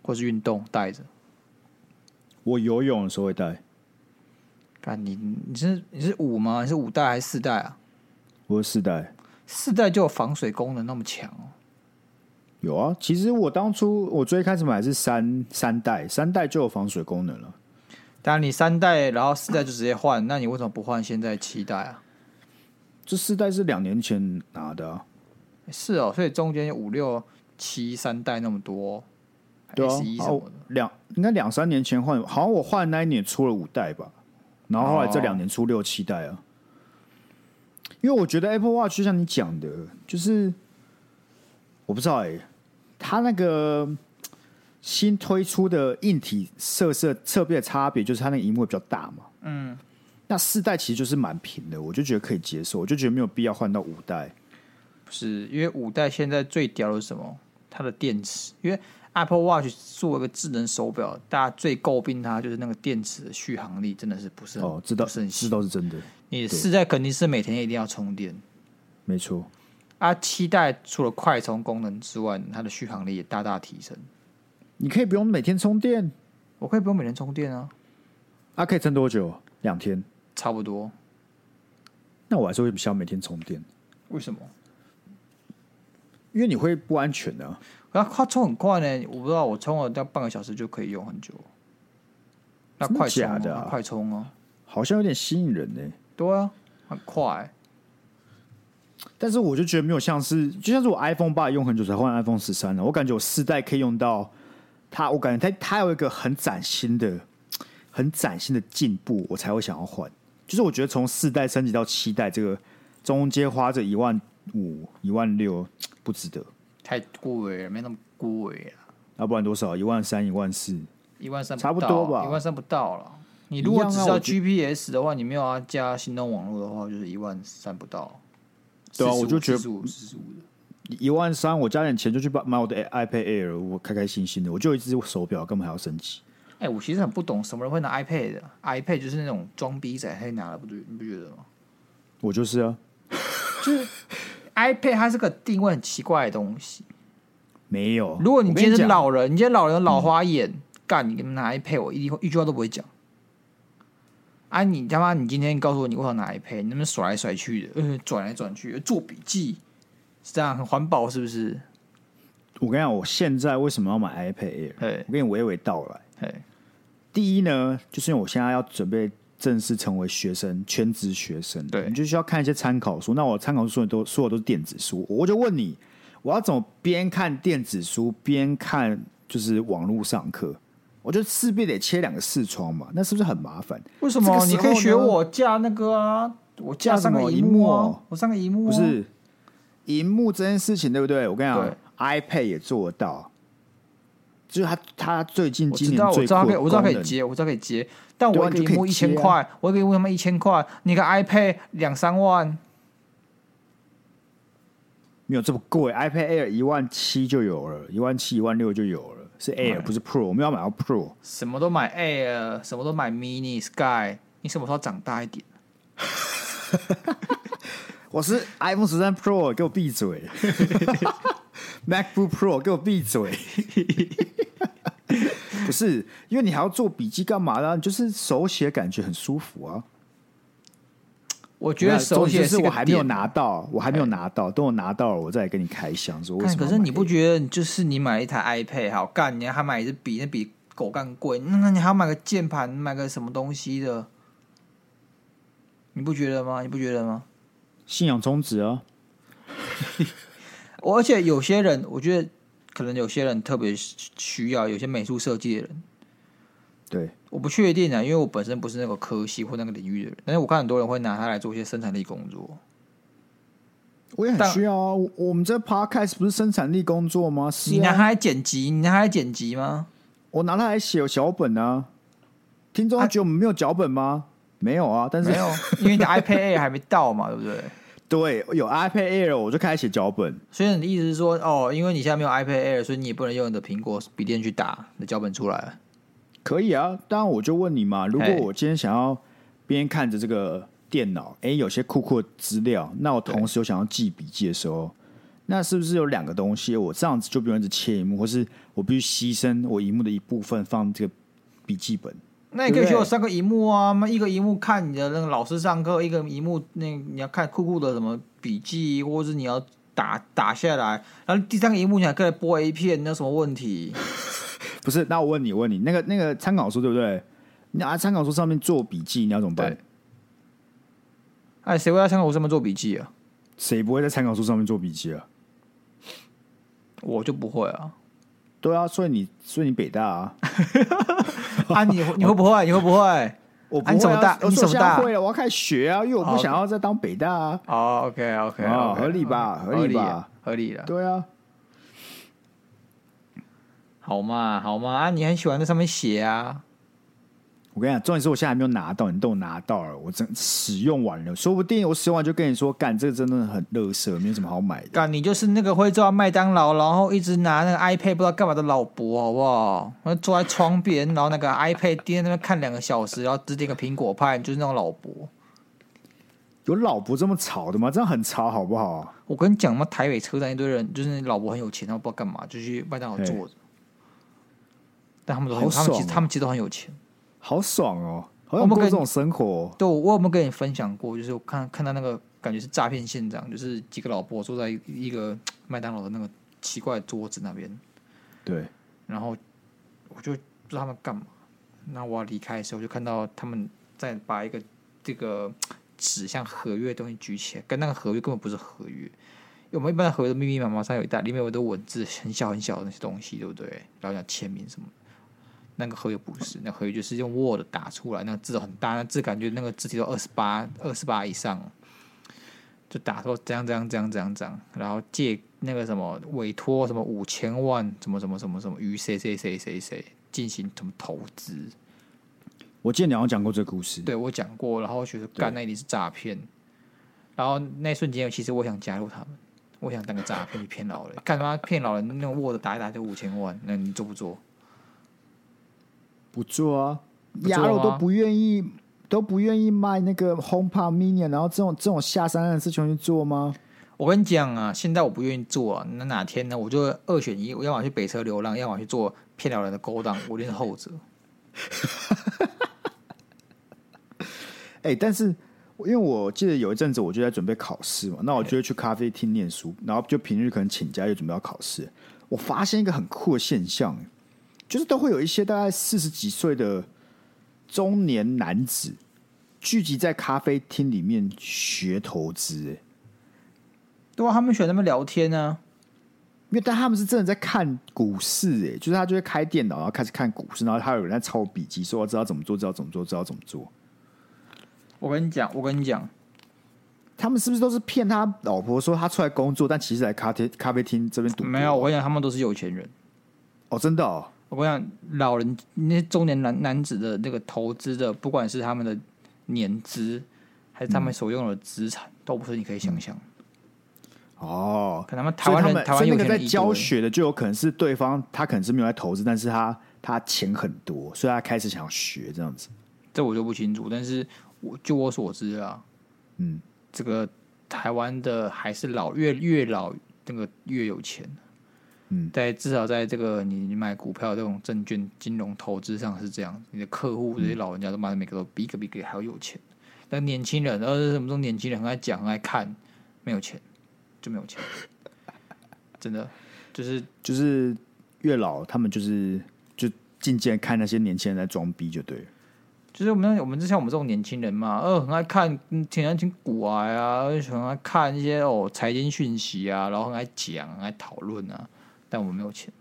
或是运动带着？我游泳的时候会戴，看你你是你是五吗？你是五代还是四代啊？我是四代。四代就有防水功能那么强哦。有啊，其实我当初我最开始买是三三代，三代就有防水功能了。当然你三代，然后四代就直接换，那你为什么不换现在七代啊？这四代是两年前拿的、啊，是哦，所以中间有五六七三代那么多、哦对啊 s E 一，什啊么我的，两应该两三年前换，好像我换那一年出了五代吧，然后后来这哦两年出六七代啊。因为我觉得 Apple Watch 就像你讲的，就是我不知道哎、它那个新推出的硬体设设侧面的差别，就是它那个荧幕会比较大嘛。嗯，那四代其实就是蛮平的，我就觉得可以接受，我就觉得没有必要换到五代。不是因为五代现在最屌的是什么？它的电池，因为 Apple Watch 作为一个智能手表，大家最诟病它就是那个电池的续航力真的是不是很哦，这倒不是很这细。倒是真的，你四代肯定是每天一定要充电，没错。啊，七代除了快充功能之外，它的续航力也大大提升。你可以不用每天充电，我可以不用每天充电啊，啊，可以撑多久？两天。差不多。那我还是会想每天充电，为什么？因为你会不安全啊。可它快充很快呢，我不知道，我充了大概半个小时就可以用很久。那真的快充、假的啊那快充啊，好像有点吸引人呢、对啊，很快、但是我就觉得没有像是，就像是我 iPhone 八用很久才换 iPhone 十三了，我感觉我四代可以用到它，我感觉它它有一个很崭新的、很崭新的进步，我才会想要换。就是我觉得从四代升级到七代，这个中间花这一万五、一万六不值得，太贵了，没那么贵了，要不然多少？一万三、一万四，一万三啊差不多吧一万三不到了。你如果一样啊只是要我觉 GPS 的话，你没有要加行动网络的话，就是一万三不到。对啊45我就觉得45 45的一万三，我加点钱就去把买我的 iPad Air，了我开开心心的，我就有一只手表，干嘛还要升级？哎、我其实很不懂什么人会拿 iPad 的，iPad 就是那种装逼仔会拿的，不对，你不觉得吗我就是啊， ？iPad 它是个定位很奇怪的东西。没有。如果你我今跟天是讲嗯老人，你今天老人有老花眼，干你拿 iPad，我一定会一句话都不会讲。啊，你他妈！你今天告诉我你为什么拿 iPad，你那边甩来甩去的，呃，转来转去，呃做笔记，是这样很环保是不是？我跟你讲，我现在为什么要买 iPad Air？嘿我跟你娓娓道来。嘿，第一呢，就是因为我现在要准备正式成为学生，全职学生，对你就需要看一些参考书。那我参考书都所有都是电子书，我就问你，我要怎么边看电子书边看就是网络上课？我就势必得切两个视窗嘛，那是不是很麻烦？为什这么？个时你候可以学呢我架那个啊，我架架上什个么荧幕荧幕哦啊，我上个荧幕、啊、不是，荧幕这件事情对不对？我跟你讲对，iPad 也做得到，就是他他最近我今知年道，我最知道酷可以，的我知道可功以能接，我知道可以接，但对啊我一个你就可以荧幕一千接啊块，我一个荧幕他妈一千块，你个 iPad 两三万，没有这么贵，iPad Air 一万七就有了，一万七一万六就有了，是 Air 不是 Pro，我们要买到 Pro。什么都买 Air，什么都买 Mini Sky，你什么时候长大一点？我是 iPhone 十三 Pro，给我闭嘴 ！MacBook Pro，给我闭 嘴！不是，因为你还要做笔记干嘛呢？你就是手写感觉很舒服啊。我觉得手重写点是一个我还没有点拿到，我还没有拿到，等我拿到了，我再来跟你开箱说为干什么可要买。是你不觉得，就是你买一台 iPad 好干，你还买一支笔，那笔狗干贵，那那你还要买个键盘，买个什么东西的？你不觉得吗？你不觉得吗？信仰充值啊？我而且有些人，我觉得可能有些人特别需需要，有些美术设计的人，对，我不确定啊，因为我本身不是那个科系或那个领域的人，但是我看很多人会拿它来做一些生产力工作。我也很但需要啊。我我们这 podcast 不是生产力工作吗？是啊你拿它来剪辑，你拿它来剪辑吗？我拿它来写脚本啊。听众觉得我们没有脚本吗？没有啊，但 是啊没有，因为你的 iPad Air 还没到嘛，对不对？对有 iPad Air 我就开始写脚本，所以你的意思是说，哦，因为你现在没有 iPad Air，所以你也不能用你的苹果笔电去打你的脚本出来了。可以啊。当然我就问你嘛，如果我今天想要边看着这个电脑，哎，有些酷酷的资料，那我同时有想要记笔记的时候，那是不是有两个东西，我这样子就不用一直切荧幕，或是我必须牺牲我荧幕的一部分放这个笔记本？那你可以学对不我对三个荧幕啊，妈一个荧幕看你的那个老师上课，一个荧幕那你要看酷酷的什么笔记，或者是你要打打下来，然后第三个荧幕你还可以播 A 片，那有什么问题？不是？那我问你，我问你，那个那个参考书对不对？你拿参考书上面做笔记，你要怎么办对？哎，谁会在参考书上面做笔记啊？谁不会在参考书上面做笔记啊？我就不会啊。对啊，所以你所以你北大啊，啊，你你会不会？你会不会？我不啊你怎么会啊大我你说怎么我现在大会了，我要开始学啊，因为我哦不想要再当北大啊。 哦，OK OK，哦合理吧合合理吧啊合理了。对啊，好嘛，好嘛，啊，你很喜欢在上面写啊。我跟你讲，重点是我现在还没有拿到，你都有拿到了，我真使用完了，说不定我使用完就跟你说，干这个真的很垃圾，没有什么好买的。干，你就是那个会坐在麦当劳，然后一直拿那个 iPad 不知道干嘛的老伯，好不好？我坐在窗边，然后那个 iPad 盯在那边看两个小时，然后只点个苹果派，就是那种老伯。有老婆这么吵的吗？这样很吵，好不好？我跟你讲嘛，台北车站一堆人，就是老伯很有钱，他们不知道干嘛，就去麦当劳嘿坐着。但他们都好很，他们其爽实哦他们其实都很有钱。好爽哦，好我想们过跟这种生活哦、对，我我有没有跟你分享过？就是我看看到那个感觉是诈骗现场，就是几个老伯坐在一一个麦当劳的那个奇怪的桌子那边，对，然后我就不知道他们干嘛。那我要离开的时候，就看到他们在把一个这个纸像合约的东西举起来，跟那个合约根本不是合约。因为我们一般的合约都密密麻麻上有一大，里面有很多文字，很小很小的那些东西，对不对？然后要签名什么的。那个合约不是，那合约就是用 Word 打出来，那个字很大，那字感觉那个字体都二十八、二十八以上哦，就打说怎样怎样怎样怎样怎样，然后借那个什么委托什么五千万，什么什么什么什么于谁谁谁谁谁进行什么投资，我记得你好像讲过这个故事。对我讲过，然后我觉得干那一定是诈骗，然后那一瞬间，其实我想加入他们，我想当个诈骗去骗老人，干他妈骗老人那种 Word 打一打就五千万，那你做不做？不做啊，做鸭肉吗都不愿意，都不愿意卖那个 HomePod Mini，然后这种这种下三滥的事情去做吗？我跟你讲啊，现在我不愿意做、啊，那哪天呢？我就二选一，我要么去北车流浪，要么去做骗老人的勾当，我一定是后者。哎、但是因为我记得有一阵子我就在准备考试嘛，那我就会去咖啡厅念书，然后就平日可能请假就准备要考试。我发现一个很酷的现象，就是都会有一些大概四十几岁的中年男子聚集在咖啡厅里面学投资、哎对啊，他们喜欢在那边聊天呢、因为但他们是真的在看股市、哎，就是他就会开电脑，然后开始看股市，然后他有人在抄笔记，说知道怎么做，知道怎么做，知道怎么做。我跟你讲，我跟你讲，他们是不是都是骗他老婆说他出来工作，但其实来咖啡咖啡厅这边赌博？没有，我跟你讲，他们都是有钱人。哦，真的哦，我跟你讲，老人那些中年男男子的那个投资的，不管是他们的年资，还是他们嗯所用的资产，都不是你可以想象的。哦，可能他们台所以湾他人，们台所湾以有那个钱在人一教堆。学的就有可能是对方他可能是没有在投资，但是他他钱很多，所以他开始想要学这样子。这我就不清楚，但是我就我所知啊，嗯，这个台湾的还是老越越老那个越有钱，嗯在至少在这个你你买股票这种证券金融投资上是这样，你的客嗯户这些老人家都妈的每个都比一个比一个还要有钱，但年轻人，呃，什么中年轻人很爱讲很爱看，没有钱就没有钱，真的就是就是越老他们就是就渐渐看那些年轻人在装逼就对了。就是我们我们就像我们这种年轻人嘛，呃，很爱看，嗯挺爱听古玩啊，很爱看一些哦财经讯息啊，然后很爱讲，很爱讨论啊，但我们没有钱，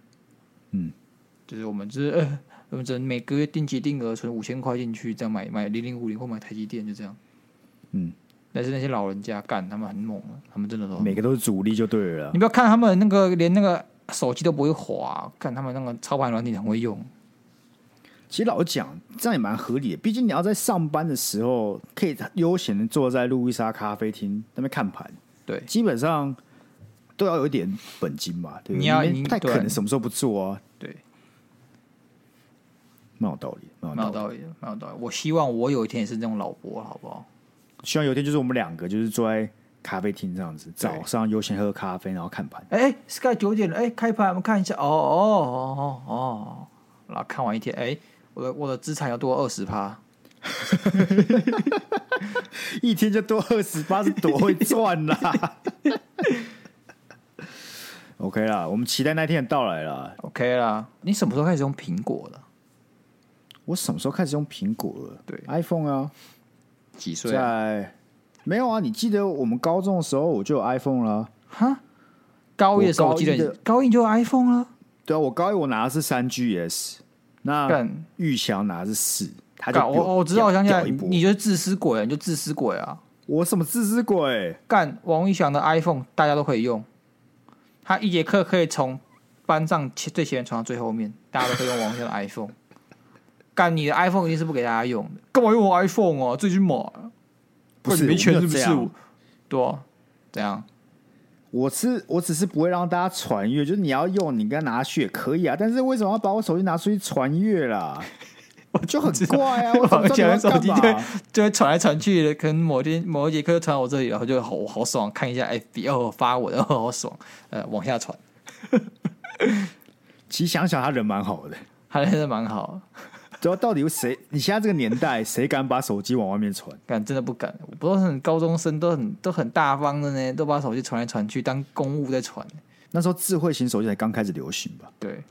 嗯，就是我们就是、呃、我们只能每个月定期定额存五千块进去，这样买买零零五零或买台积电，就这样，嗯，但是那些老人家干，他们很猛啊，他们真的都很猛每个都是主力就对了啦你。不要看他们那个连那个手机都不会滑，看他们那个操盘软体很会用，其实老实讲，这样也蛮合理的。毕竟你要在上班的时候，可以悠闲的坐在路易莎咖啡厅那边看盘，对基本上都要有一点本金嘛，对不对？你要没你不太对可能什么时候不做啊，对。蛮有道理，蛮有蛮道有理。哦道理的，蛮有道理。我希望我有一天也是这种老伯，好不好？希望有一天就是我们两个就是坐在咖啡厅这样子，对早上悠闲喝咖啡，然后看盘。哎、s k y 九点了，哎、开盘我们看一下，哦哦哦哦哦，然后看完一天，哎、我的我的资产要多二十趴，一天就多二十八，是多会赚 啦。OK 啦，我们期待那天的到来啦。 OK 啦，你什么时候开始用苹果的？我什么时候开始用苹果了？对，iPhone 啊，几岁、啊？在没有啊？你记得我们高中的时候我就有 iPhone 啦。哈，高一的时候我我记得高一的你高一你就有 iPhone 了，对啊，我高一我拿的是三 GS，那干玉祥拿的是四，他啊就干比我我知道，我屌想起来，屌一波你就是自私鬼，你就自私鬼啊！我什么自私鬼？干王一翔的 iPhone 大家都可以用，他一节课可以从班上前最前面传到最后面，大家都可以用王一翔的 iPhone。干你的 iPhone 一定是不给大家用的，干嘛用我 iPhone 哦、啊？最近买啊，不是干你没钱我没有是不这是样？对啊，怎样？我是我只是不会让大家传阅，就是你要用，你跟他拿去也可以啊。但是为什么要把我手机拿出去传阅 啦？我就很怪啊！我怎么知道你要干我讲嘛手机就会传来传去的，可能某天某一节课传到我这里，然后就好好爽，看一下 FB 哦发我的哦好爽，呃往下传，其实想想，他人蛮好的。还真的蛮好，主要到底有谁？你现在这个年代，谁敢把手机往外面传？敢真的不敢，我不知道很高中生都很都很大方的呢，都把手机传来传去当公务在传，那时候智慧型手机才刚开始流行吧，对，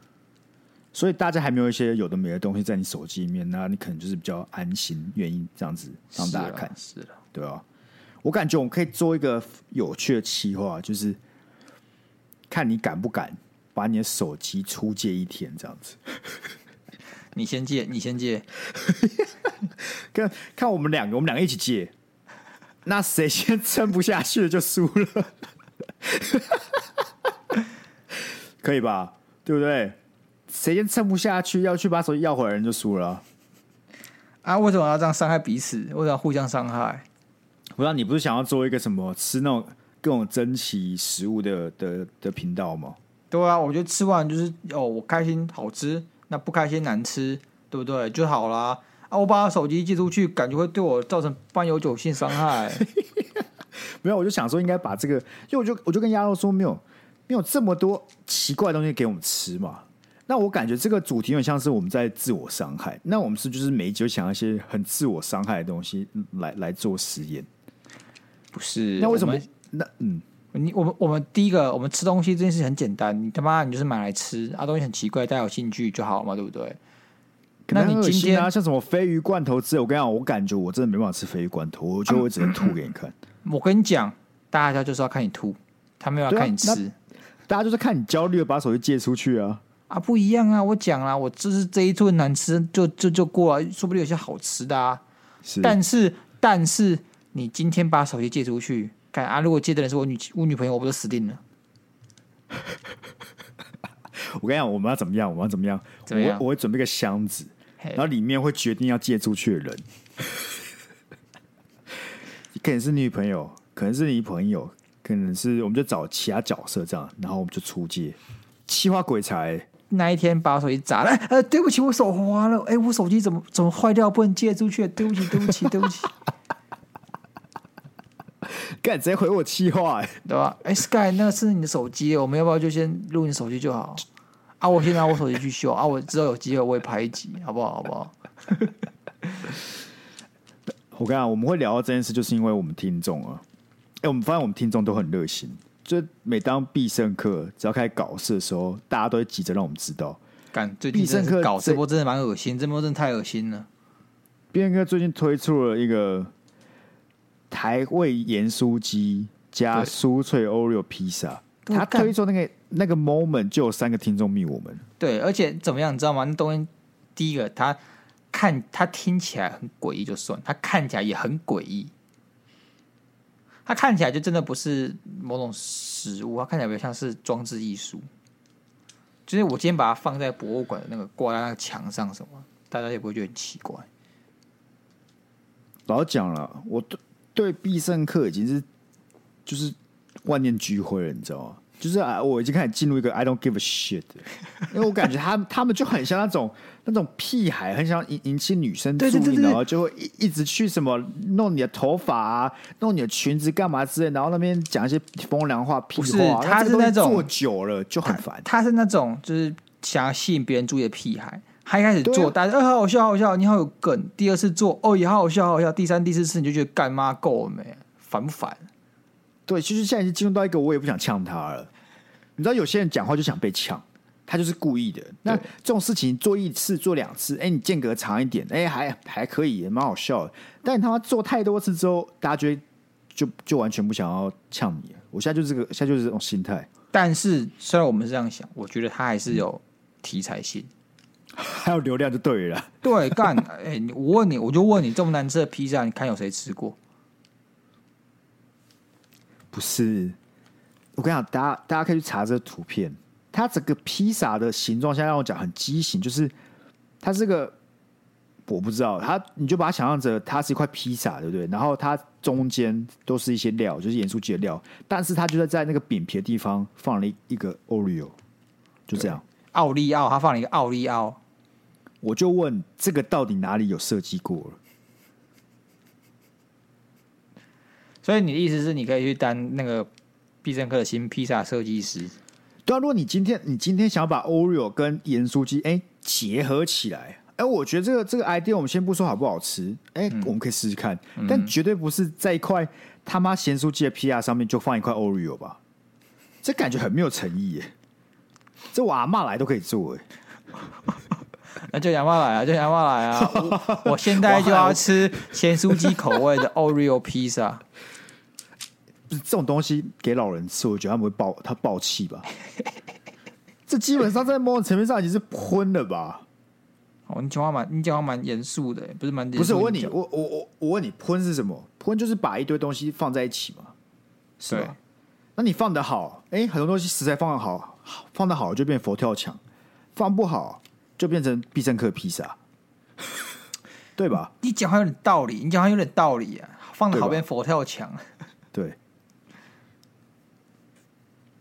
所以大家还没有一些有的没的东西在你手机里面，那你可能就是比较安心，愿意这样子让大家看。是了，对啊，我感觉我们可以做一个有趣的企划，就是看你敢不敢把你的手机出借一天这样子，你先借，你先借，看看我们两个，我们两个一起借，那谁先撑不下去了就输了， 可以吧？对不对？谁先撑不下去要去把手机要回来的人就输了啊、啊，为什么要这样伤害彼此？为什么要互相伤害？我让你不是想要做一个什么吃那种各种珍奇食物的的的频道吗？对啊，我觉得吃完就是哦，我开心好吃，那不开心难吃，对不对？就好啦。啊，我把手机寄出去，感觉会对我造成半永久性伤害。没有，我就想说应该把这个，因为我就我就跟鸭肉说没有没有这么多奇怪的东西给我们吃嘛。那我感觉这个主题有点像是我们在自我伤害，那我们是就是每一集就想要一些很自我伤害的东西嗯来来做实验。 不是，那为什么我们？那嗯，你我们我们第一个，我们吃东西这件事很简单，你他妈你就是买来吃啊，东西很奇怪，大家有兴趣就好嘛，对不对？可能那你很恶今心啊，天像什么鲱鱼罐头之类，我跟你讲，我感觉我真的没办法吃鲱鱼罐头，我就会只能吐给你看。我跟你讲，大家就是要看你吐，他没有要对啊看你吃大家就是看你焦虑地把手机借出去啊。啊不一样啊！我讲啦，我就是这一顿难吃，就就就过了，说不定有些好吃的啊。是，但是但是你今天把手机借出去，看啊，如果借的人是我女我女朋友，我不就死定了？我跟你讲，我们要怎么样？我们要怎么样？怎么样我我会准备个箱子，嘿然后里面会决定要借出去的人， 可能是女朋友，可能是你朋友，可能是我们就找其他角色这样，然后我们就出借，气化鬼才、那一天把手机砸了，哎呃，对不起，我手滑了，哎，我手机怎么怎么坏掉，不能借出去，对不起，对不起，对不 起，干直接回我气化、欸，对吧？哎，Sky，那个是你的手机，我们要不要就先录你手机就好？啊，我先拿我手机去修啊，我知道有机会我也拍一集，好不好？好不好？我跟你讲，我们会聊到这件事，就是因为我们听众啊，哎、我们发现我们听众都很热心，就每当必胜客只要开始搞事的时候，大家都会急着让我们知道。干，最近真必胜的是客搞这这波真的蛮恶心，这波真的太恶心了。必胜客最近推出了一个台味盐酥鸡加对酥脆 Oreo 披萨，我他干推出那个那个 moment 就有三个听众密我们，对，而且怎么样，你知道吗？那东西，第一个，它看它听起来很诡异就算，它看起来也很诡异。它看起来就真的不是某种食物，它看起来比较像是装置艺术。就是我今天把它放在博物馆的那个挂在那个墙上什么，大家也不会觉得很奇怪。老实讲了，我对对必胜客已经是就是万念俱灰了，你知道吗？就是啊，我已经开始进入一个 I don't give a shit，因为我感觉他 他们就很像那种那种屁孩，很想引引起女生注对意，对对对然后就会一一直去什么弄你的头发啊，弄你的裙子干嘛之类，然后那边讲一些风凉话、屁不是话。他这是个东西那种做久了就很烦。他是那种就是想要吸引别人注意的屁孩。他一开始对啊做，大家、呃好好笑，好好笑，你好有梗。第二次做，哦也好好笑，好好笑。第三、第四次你就觉得干妈够了没？烦不烦？对，其实现在已经进入到一个我也不想呛他了。你知道有些人讲话就想被呛，他就是故意的。那这种事情做一次、做两次，哎、你间隔长一点，哎、还还可以，蛮好笑的。但你他妈做太多次之后，大家觉得就就完全不想要呛你了。我现在就是这个，现在就是这种心态。但是虽然我们是这样想，我觉得他还是有题材性。还有流量就对了啦， 对， 干，哎、你我问你，我就问你，这么难吃的披萨，你看有谁吃过？不是？我跟你讲，大家大家可以去查这个图片，它整个披萨的形状，现在让我讲很畸形，就是它是个我不知道，它你就把它想象着它是一块披萨，对不对？然后它中间都是一些料，就是盐酥鸡的料，但是它就在在那个饼皮的地方放了一一个 Oreo，就这样。奥利奥，他放了一个奥利奥，我就问这个到底哪里有设计过了？所以你的意思是你可以去当那个必胜客的新披萨设计师？对啊，如果你今天你今天想要把 Oreo 跟盐酥鸡哎、结合起来，哎、我觉得这个这个 idea 我们先不说好不好吃，哎、我们可以试试看，但绝对不是在一块他妈咸酥鸡的披萨上面就放一块 Oreo 吧，这感觉很没有诚意耶。这我阿妈来都可以做哎，那就杨妈来啊，就杨妈来啊！我我现在 就要吃咸酥鸡口味的 Oreo 披萨。不是这种东西给老人吃，我觉得他们会爆他爆气吧。这基本上在某种层面上已经是昏了吧。 哦，你讲话蛮你讲话蛮严肃的，不是蛮严肃不是我问你，讲我我我我问你，喷是什么？喷就是把一堆东西放在一起嘛，是对吧？那你放的好，哎、很多东西食材放的好，放的好就变佛跳墙，放不好就变成必胜客披萨，对吧？你讲话有点道理，你讲话有点道理啊，放的对吧好边佛跳墙。啊对，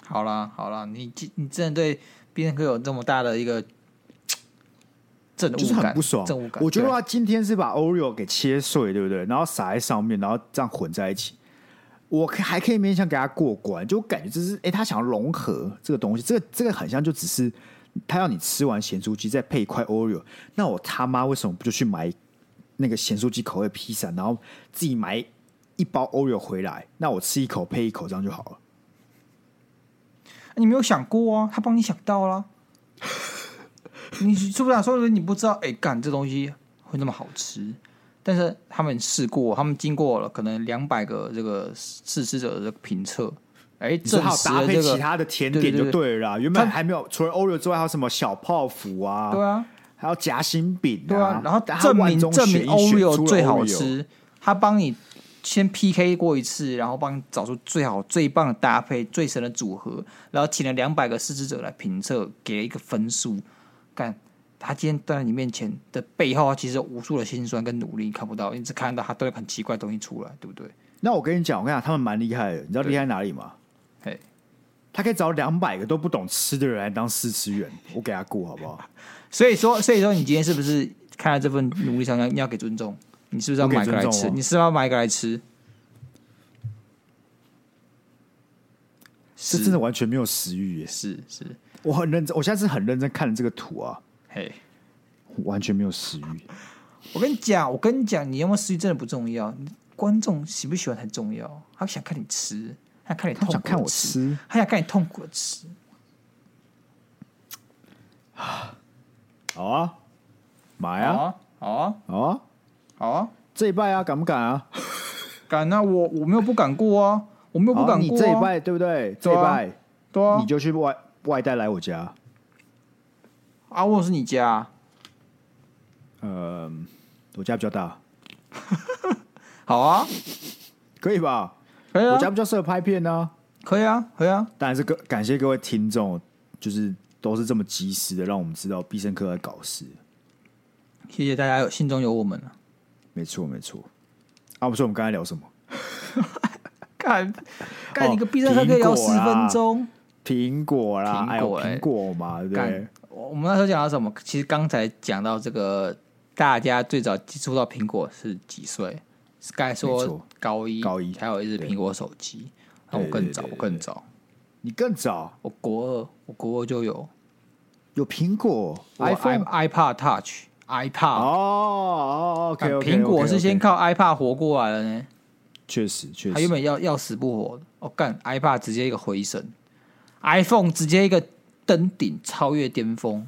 好啦好啦，你既你真的对必胜客有这么大的一个正就是误很感，不爽正误。感。我觉得对啊他今天是把 Oreo 给切碎，对不对？然后撒在上面，然后这样混在一起，我可还可以勉强给他过关。就我感觉这是，哎、他想要融合这个东西，这个这个很像就只是他要你吃完咸酥鸡再配一块 Oreo，那我他妈为什么不就去买那个咸酥鸡口味的披萨，然后自己买一包 Oreo 回来，那我吃一口配一口，这样就好了。你没有想过啊，他帮你想到啦。 你是不是想说你不知道？哎、干这东西会那么好吃？但是他们试过，他们经过了可能两百个这个试吃者的评测，哎、你只证好实搭了配这其个，他的甜对点对就对对了啦。啊原他本还没有，除了 Oreo 之外，还有什么小泡芙啊？对啊，还有夹心饼、对啊啊，，然后大家证万明中证选明一选出了 Oreo 最好 Oreo，吃，他帮你先 PK 过一次，然后帮你找出最好最棒的搭配、最神的组合，然后请了两百个试吃者来评测，给了一个分数。干，他今天端在你面前的背后，其实有无数的辛酸跟努力，你看不到，你只看到他端了很奇怪的东西出来，对不对？那我跟你讲，我跟你讲，他们蛮厉害的，你知道对厉害哪里吗？嘿，他可以找两百个都不懂吃的人来当试吃员，我给他过好不好？所以说，所以说你今天是不是看在这份努力上要你要给尊重？你是不是要我给买一个来尊重吃？哦你是不是要买一个来吃？这 是真的完全没有食欲耶！是是，我很认真，我现在是很认真看了这个图啊，嘿。完全没有食欲。我跟你讲，我跟你讲，你有没有食欲真的不重要，观众喜不喜欢很重要。他想看你吃，他看你他痛苦，想看我，吃，他想看你痛苦的吃。好啊，买好啊，啊，好啊，好啊，好啊，这一拜啊，敢不敢啊？敢啊！我我没有不敢过啊，我没有不好敢哦你过、啊。这一拜对不对？这对一啊拜对啊你，就去外外带来我家，啊，我是你家啊、呃，我家比较大，好啊，可以吧？可以我啊家，比较适合拍片呢、啊。可以啊，可以啊。当然是各感谢各位听众，就是都是这么及时的让我们知道必胜客在搞事。谢谢大家有心中有我们啊。没错，没错。啊，不是我们刚才聊什么？干干哦一个必胜客可以聊苹十果啦分钟，苹果啦，苹还有果欸苹果嘛，对不对干？我我们那时候讲到什么？其实刚才讲到这个，大家最早接触到苹果是几岁？是该没说错高一，高一才有一只对苹果手机。那我对更对早，对我更早，你更早我国二，我国二就有有苹果我 iPhone i iPad Touch、哦 iPad。哦，OK，但 OK，啊苹果是先靠 iPad 活过来的呢，确实确它原实，本要要死不活的。我、哦、干，iPad 直接一个回升，iPhone 直接一个登顶，超越巅峰。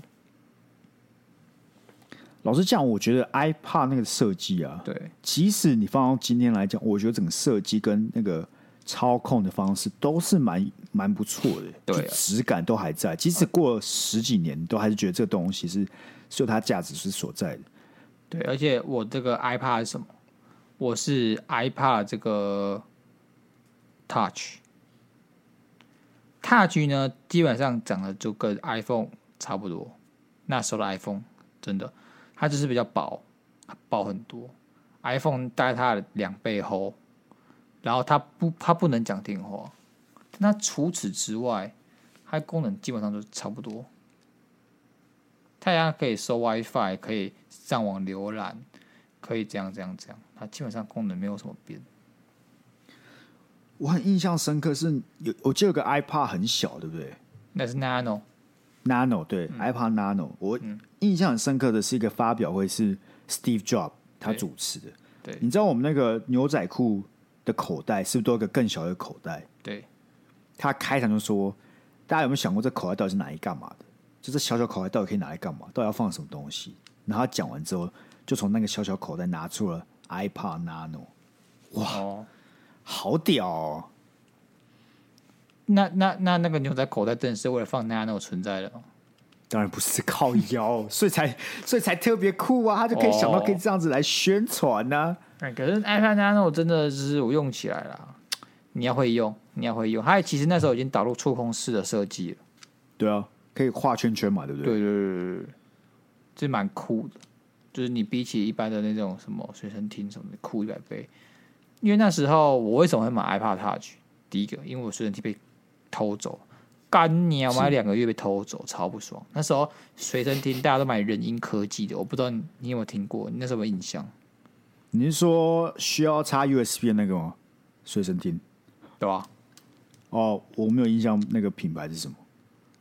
老实讲，我觉得 iPad 那个设计啊，对，即使你放到今天来讲，我觉得整个设计跟那个操控的方式都是蛮蛮不错的，对啊就质感都还在。即使过了十几年，都还是觉得这个东西是是有它价值是所在的。对，而且我这个 iPad 是什么？我是 iPad 这个 Touch。Touch 呢，基本上长得就跟 iPhone 差不多。那时候的 iPhone 真的，它就是比较薄，薄很多。iPhone 大概它的两倍厚，然后它不，它不能讲电话。但它除此之外，它功能基本上都差不多。太阳可以收 WiFi，可以上网浏览，可以这样这样这样，它基本上功能没有什么变。我很印象深刻是有，我记得有个 iPad 很小，对不对那是 Nano， ？Nano 对、iPad 嗯 Nano，我印象很深刻的是一个发表会是 Steve Jobs 他对主持的。对你知道我们那个牛仔裤的口袋是不是都有一个更小的口袋？对他开场就说：“大家有没有想过这口袋到底是拿来干嘛的？就这小小口袋到底可以拿来干嘛？到底要放什么东西？”然后他讲完之后，就从那个小小口袋拿出了 iPad Nano，哦，好屌哦！那那那那个牛仔口袋真的是为了放 Nano 存在的哦，当然不是靠腰，所以才所以才特别酷啊！他就可以想到可以这样子来宣传呢、哎，可是 iPad Nano 真的是我用起来啦，你要会用，你要会用。它其实那时候已经导入触控式的设计了，对啊，可以画圈圈嘛，对不对？对对对对对对，这蛮酷的。就是你比起一般的那种什么随身听什么的酷一百倍，因为那时候我为什么会买 iPad Touch？第一个，因为我随身听被偷走，干你啊！我买两个月被偷走，超不爽。那时候随身听大家都买人音科技的，我不知道你你有没有听过，你那时候有没有印象？你是说需要插 USB 的那个吗？随身听？对吧、哦，我没有印象那个品牌是什么。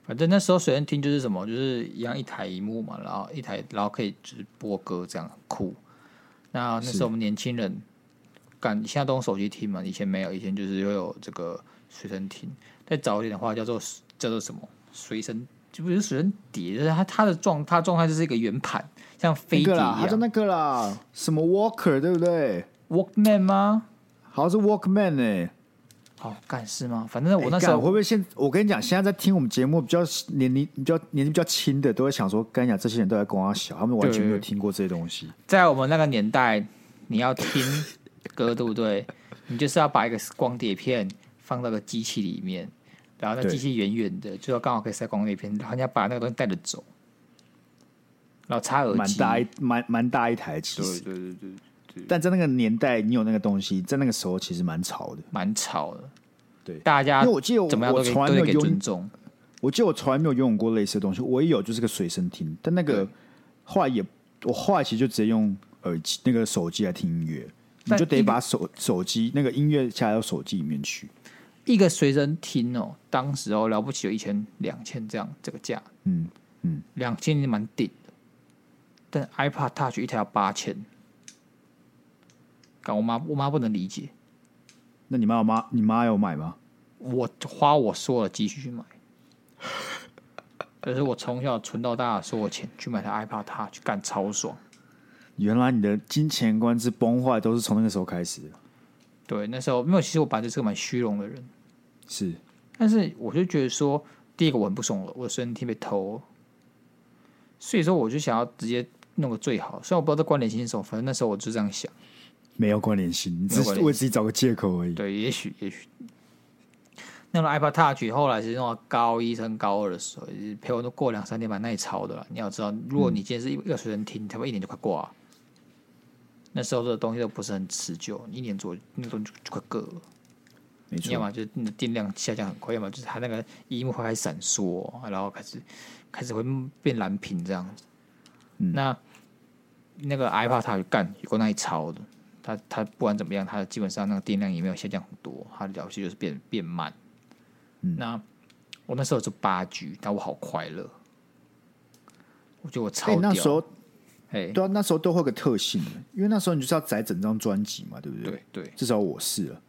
反正那时候随身听就是什么，就是一样一台荧幕嘛，然后一台，然后可以直播歌这样，很酷。那那时候我们年轻人，敢现在都用手机听嘛，以前没有，以前就是会有这个随身听。再早一点的话，叫做叫做什么随身，就不是随身碟，就是它它的状它状态就是一个圆盘，像飞那碟个一啦，他叫样。那个啦，什么 Walker 对不对？ Walkman 吗？好像是 Walkman 哎、哦，干是吗？反正我哦那哎时干候会不会现？我跟你讲，现在在听我们节目比较年龄比较年纪比较轻的，都会想说，跟你讲，啊这些人都在跟我小，他们完全没有对听过这些东西。在我们那个年代，你要听歌，对不对？你就是要把一个光碟片放到个机器里面，然后那对机器远远的，就要刚好可以塞光碟片，然后你要把那个东西带着走，然后插耳蛮机。大一蛮蛮大一台，其对实，对对对，但在那个年代，你有那个东西，在那个时候其实蛮潮的。蛮吵的。对大家因为我记得我怎么样都我可以从来都没得有给用尊重。我记得我从来没有拥有过类似的东西，我也有就是个随身听，但那个对后来也，我后来其实就直接用耳机那个手机来听音乐，你但就得一个把手手机那个音乐加到手机里面去。一个随身听哦，当时哦了不起有一千、两千这样这个价，嗯嗯，两千也蛮顶的。但 iPad Touch 一台要八千，干我妈我妈不能理解，那你妈有妈，你妈有买吗？我花我所有的积蓄去买， 可是我从小存到大的所有钱去买台 iPad Touch，干超爽。原来你的金钱观之崩坏都是从那个时候开始的，对，那时候没有，其实我本来就是个蛮虚荣的人，是但是我就觉得说，第一个我很不爽了，我的随身听被偷了，所以说我就想要直接弄个最好。虽然我不知道这关联性是什么，反正那时候我就这样想。没有关联性，你只没有关是联为自己找个借口而已。对，也许也许。弄了 iPad Touch 后来是弄到高一升高二的时候，也是陪我都过两三年蛮耐操的了。你要知道，如果你今天是一个学生听，差不多一年就快挂了。那时候的东西都不是很持久，一年左右那东西就就快够了。没你要错，么就是你的电量下降很快，要么就是它那个荧幕会开始闪烁，然后开始开始会变蓝屏这样子。嗯那那个 iPad 它有干有过那一超的，它它不管怎么样，它基本上那个电量也没有下降很多，它的表现就是变变慢。嗯那我那时候就八 G，但我好快乐，我觉得我超哎、屌。那时候哎，对啊，那时候都会有个特性，因为那时候你就是要载整张专辑嘛，对不对？对对至少我是了，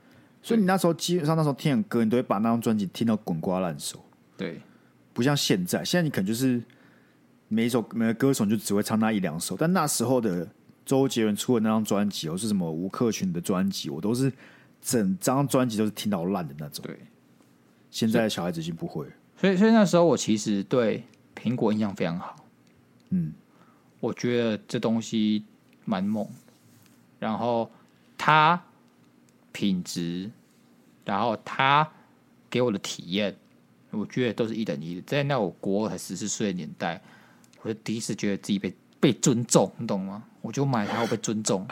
所以你那时候基本上那时候听的歌，你都会把那张专辑听到滚瓜烂熟。对不像现在，现在你可能就是每一首每个歌手你就只会唱那一两首，但那时候的周杰伦出的那张专辑哦，是什么吴克群的专辑，我都是整张专辑都是听到烂的那种。对，现在的小孩子已经不会了，所以所以那时候我其实对苹果印象非常好。嗯，我觉得这东西蛮猛，然后它品质，然后它给我的体验，我觉得都是一等一的。在那我国二才十四岁的年代，我就第一次觉得自己被被尊重，你懂吗？我就买它，我被尊重，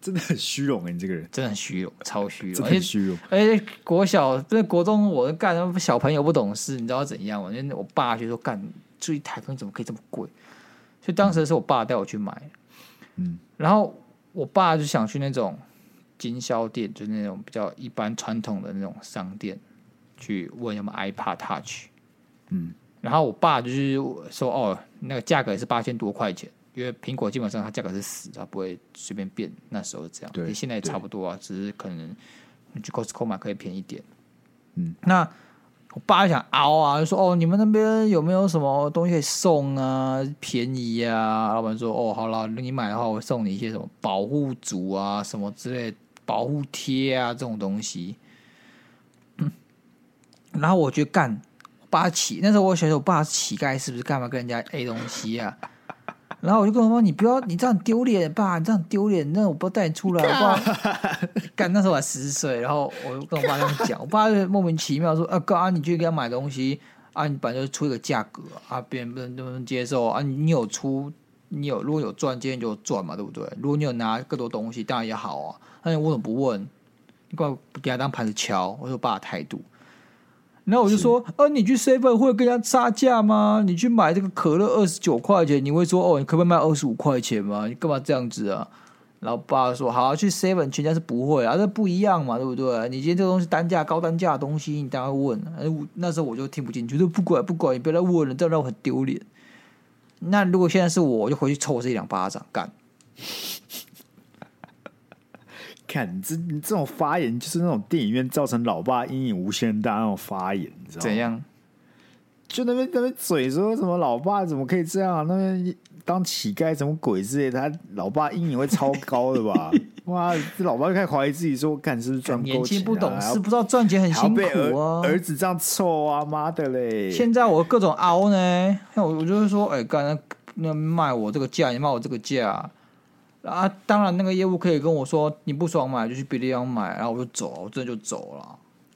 真的很虚荣哎、你这个人真的很虚荣，超真虚荣，的而很且虚荣。而且哎国小在国中，我干小朋友不懂事，你知道怎样吗？因为我爸就说干这一台东西怎么可以这么贵，所以当时是我爸带我去买。嗯，然后我爸就想去那种经销店，就是那种比较一般传统的那种商店，去问有没有 iPad Touch。嗯，然后我爸就是说哦，那个价格也是八千多块钱，因为苹果基本上它价格是死，它不会随便变。那时候这样，对你现在也对差不多啊，只是可能你去 Costco 买可以便宜一点。嗯，那我爸就想凹啊，就说哦，你们那边有没有什么东西可以送啊，便宜啊？老板说哦，好啦，你买的话，我送你一些什么保护组啊，什么之类的保护贴啊这种东西。嗯，然后我觉得干，我爸乞那时候我想说，我爸是乞丐是不是？干嘛跟人家 A 东西啊？ 然后我就跟我妈：“你不要，你这样丢脸，爸，你这样丢脸，那我不要带你出来，不然 干那时候我还十岁，然后我就跟我爸这样讲，我爸就莫名其妙说：“啊哥啊，你去给他买东西啊，你本来就出一个价格啊，别人不能不能接受啊，你你有出，你有如果有赚，今天就有赚嘛，对不对？如果你有拿更多东西，当然也好啊。那你为什么不问？你干嘛不给他当盘子敲？”我说：“爸的态度。”然后我就说：“啊，你去 seven 会跟人家杀价吗？你去买这个可乐二十九块钱，你会说哦，你可不可以卖二十五块钱吗？你干嘛这样子啊？”然后爸说：“好、啊去 Seven 全家是不会啊，那不一样嘛，对不对？你今天这个东西单价高单价的东西，你当然问。哎我那时候我就听不进去，就不管不管，你不要再问了，这样让我很丢脸。那如果现在是我，我就回去抽我这一两巴掌，干！看你这你这种发言，就是那种电影院造成老爸阴影无限大那种发言，你知道吗？怎样？就那边那边嘴说什么老爸怎么可以这样、啊？那边当乞丐什么鬼之类的，他老爸阴影会超高的 吧？哇，这老爸就开始怀疑自己说，干是不是赚不哎年够钱、啊？轻不懂还要事，不知道赚钱很还要辛被苦啊。儿儿子这样臭啊，妈的嘞！现在我各种凹呢，像我我就会说，哎、干那那卖我这个价，你卖我这个价啊！当然，那个业务可以跟我说你不爽买就去别的地方买，然后我就走，我真的就走了。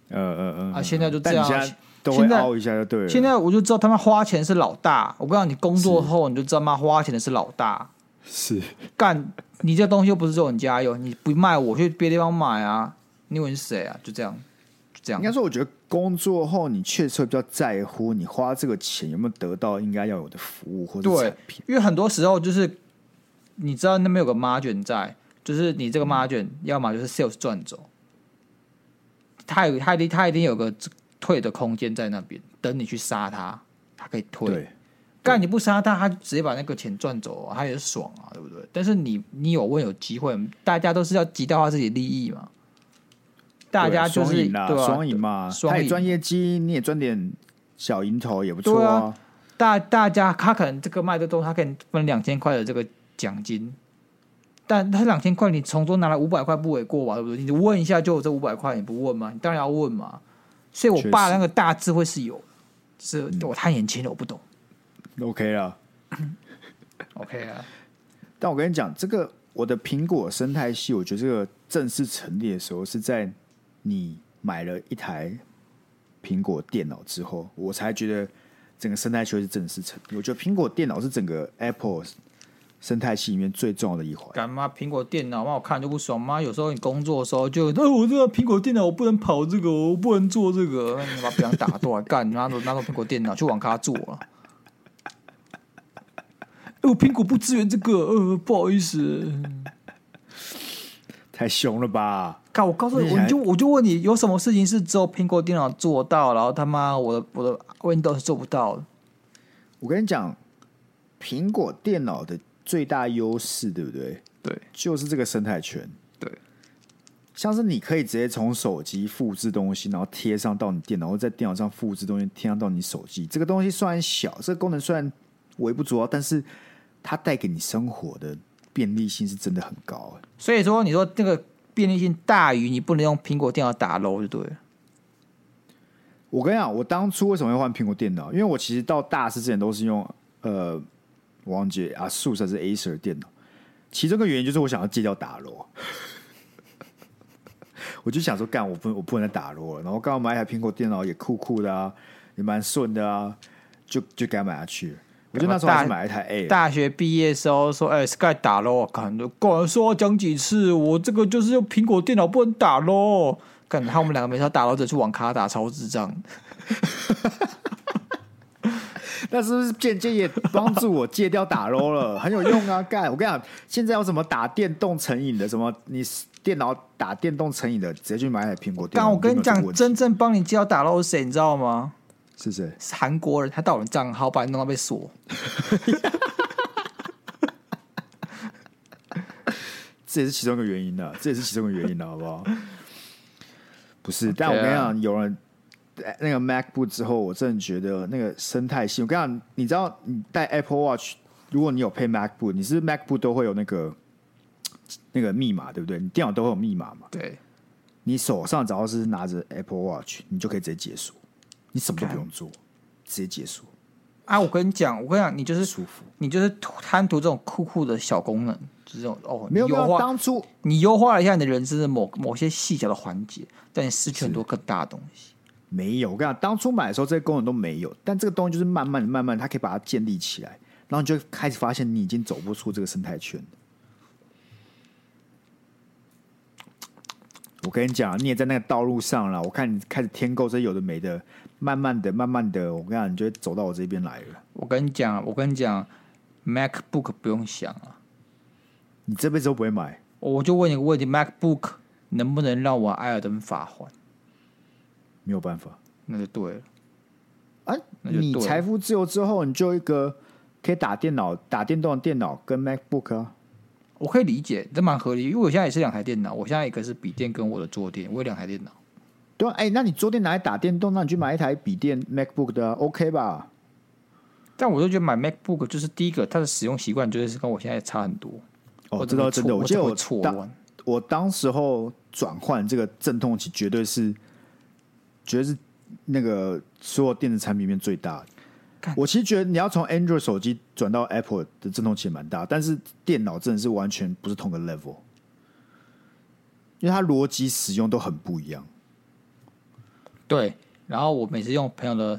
呃呃呃，啊现在就这但你样现在都会现在凹一下就对了。现在我就知道他们花钱是老大。我不知道你工作后你就知道妈花钱的是老大。 是干，你这东西又不是只有你家有，你不卖我去别的地方买啊？你以为你是谁啊？就这样，就这样应。该说，我觉得工作后你确实会比较在乎你花这个钱有没有得到应该要有的服务或者对产品。因为很多时候就是你知道那边有个 margin 在，就是你这个 margin 嗯要么就是 sales 赚走，他有他一定他一定有个退的空间在那边，等你去杀他，他可以退。对，干你不杀他，他直接把那个钱赚走、啊，他也爽啊，对不对？但是你你有问有机会，大家都是要极大化自己利益嘛，大家就对是啊双赢啦，对啊双赢嘛，双他也赢赚业绩，你也赚点小蝇头也不错对啊。大大家他可能这个卖的多，他可能分两千块的这个奖金，但他两千块你从中拿来五百块不为过吧，对不对？你问一下就有这五百块，你不问吗？你当然要问嘛。所以我确爸实那个大智慧是有的，是我太年轻了，我不懂。啊 OK 了。 OK 啊，但我跟你讲，这个我的苹果生态系，我觉得这个正式成立的时候是在你买了一台苹果电脑之后，我才觉得整个生态系会是正式成立。我觉得苹果电脑是整个 Apple 生态系里面最重要的一环。干妈苹果电脑，妈我看就不爽。妈有时候你工作的时候就，哦，我这个苹果电脑我不能跑这个，我不能做这个，你把别人打断， 干你拿走拿走苹果电脑去网咖做了。哎，我苹果不支援这个，呃，不好意思。太凶了吧？干，我告诉你，你还我就我就问你，有什么事情是只有苹果电脑做到，然后他妈我的我的 Windows 做不到的？我跟你讲，苹果电脑的最大优势，对不对？对就是这个生态圈。对，像是你可以直接从手机复制东西，然后贴上到你电脑，或者在电脑上复制东西贴上到你手机。这个东西虽然小，这个功能虽然微不足道，但是它带给你生活的便利性是真的很高、欸所以说，你说这个便利性大于你不能用苹果电脑打 LO 就对了。我跟你讲，我当初为什么会换苹果电脑？因为我其实到大四之前都是用呃，我忘记啊，s u s 还是 Acer 的电脑。其中一个原因就是我想要戒掉打罗， 我就想说，干我不我不能再打罗了。然后刚好买一台苹果电脑也酷酷的啊，也蛮顺的啊，就就该买下去了。我就那时候还是买了一台 A，啊大学毕业的时候说，哎、s k y 打 LO，感觉果然说要讲几次，我这个就是用苹果电脑不能打 LO。感觉他们两个没事打 LO，只去网咖打，超智障。那是不是间接也帮助我戒掉打 l 了？很有用啊！干，我跟你讲，现在有什么打电动成瘾的，什么你电脑打电动成瘾的，直接去买台苹果电但脑。我跟你就没讲，有这个问真正帮你教打 LO 是谁，你知道吗？题是谁？是韩国人，他盗你账号，把你弄到被锁。这也是其中一个原因的，这也是其中一个原因的，好不好？不是，但我对啊跟你讲，有人呃那个 MacBook 之后，我真的觉得那个生态系，我跟你讲，你知道你戴 Apple Watch，如果你有配 MacBook，你是不是 MacBook 都会有那个那个密码，对不对？你电脑都会有密码嘛？对，你手上只要是拿着 Apple Watch，你就可以直接解锁，你什么都不用做，直接解锁，啊，我跟你讲，我跟你讲，你就是舒服。你就是贪图这种酷酷的小功能，就是这种哦，你没有没优有，化当初你优化了一下你的人生的某某些细小的环节，但你失去很多更大的东西。没有，我跟你讲，当初买的时候这些功能都没有，但这个东西就是慢慢的、慢慢的，它可以把它建立起来，然后你就会开始发现你已经走不出这个生态圈了。我跟你讲，你也在那个道路上了。我看你开始添购这有的没的，慢慢的、慢慢的，我跟你讲，你就会走到我这边来了。我跟你讲，我跟你讲，MacBook 不用想啊，你这辈子都不会买，我就问你个问题：MacBook 能不能让我艾尔登法环？没有办法。那就对了。啊，那就你对了财富自由之后，你就一个可以打电脑、打电动的电脑跟 MacBook 啊。我可以理解，这蛮合理，因为我现在也是两台电脑，我现在一个是笔电跟我的桌垫，我有两台电脑。对啊，哎、那你桌电拿来打电动，那你去买一台笔电 MacBook 的啊、OK 吧？但我就觉得买 MacBook 就是第一个，它的使用习惯就是跟我现在差很多。哦，我这怎倒真的，我么错记得怎我么错当乱。我当时候转换这个阵痛期，绝对是，绝对是那个所有电子产品里面最大的干。我其实觉得你要从 Android 手机转到 Apple 的阵痛期也蛮大，但是电脑真的是完全不是同个 level，因为它逻辑使用都很不一样。对，然后我每次用朋友的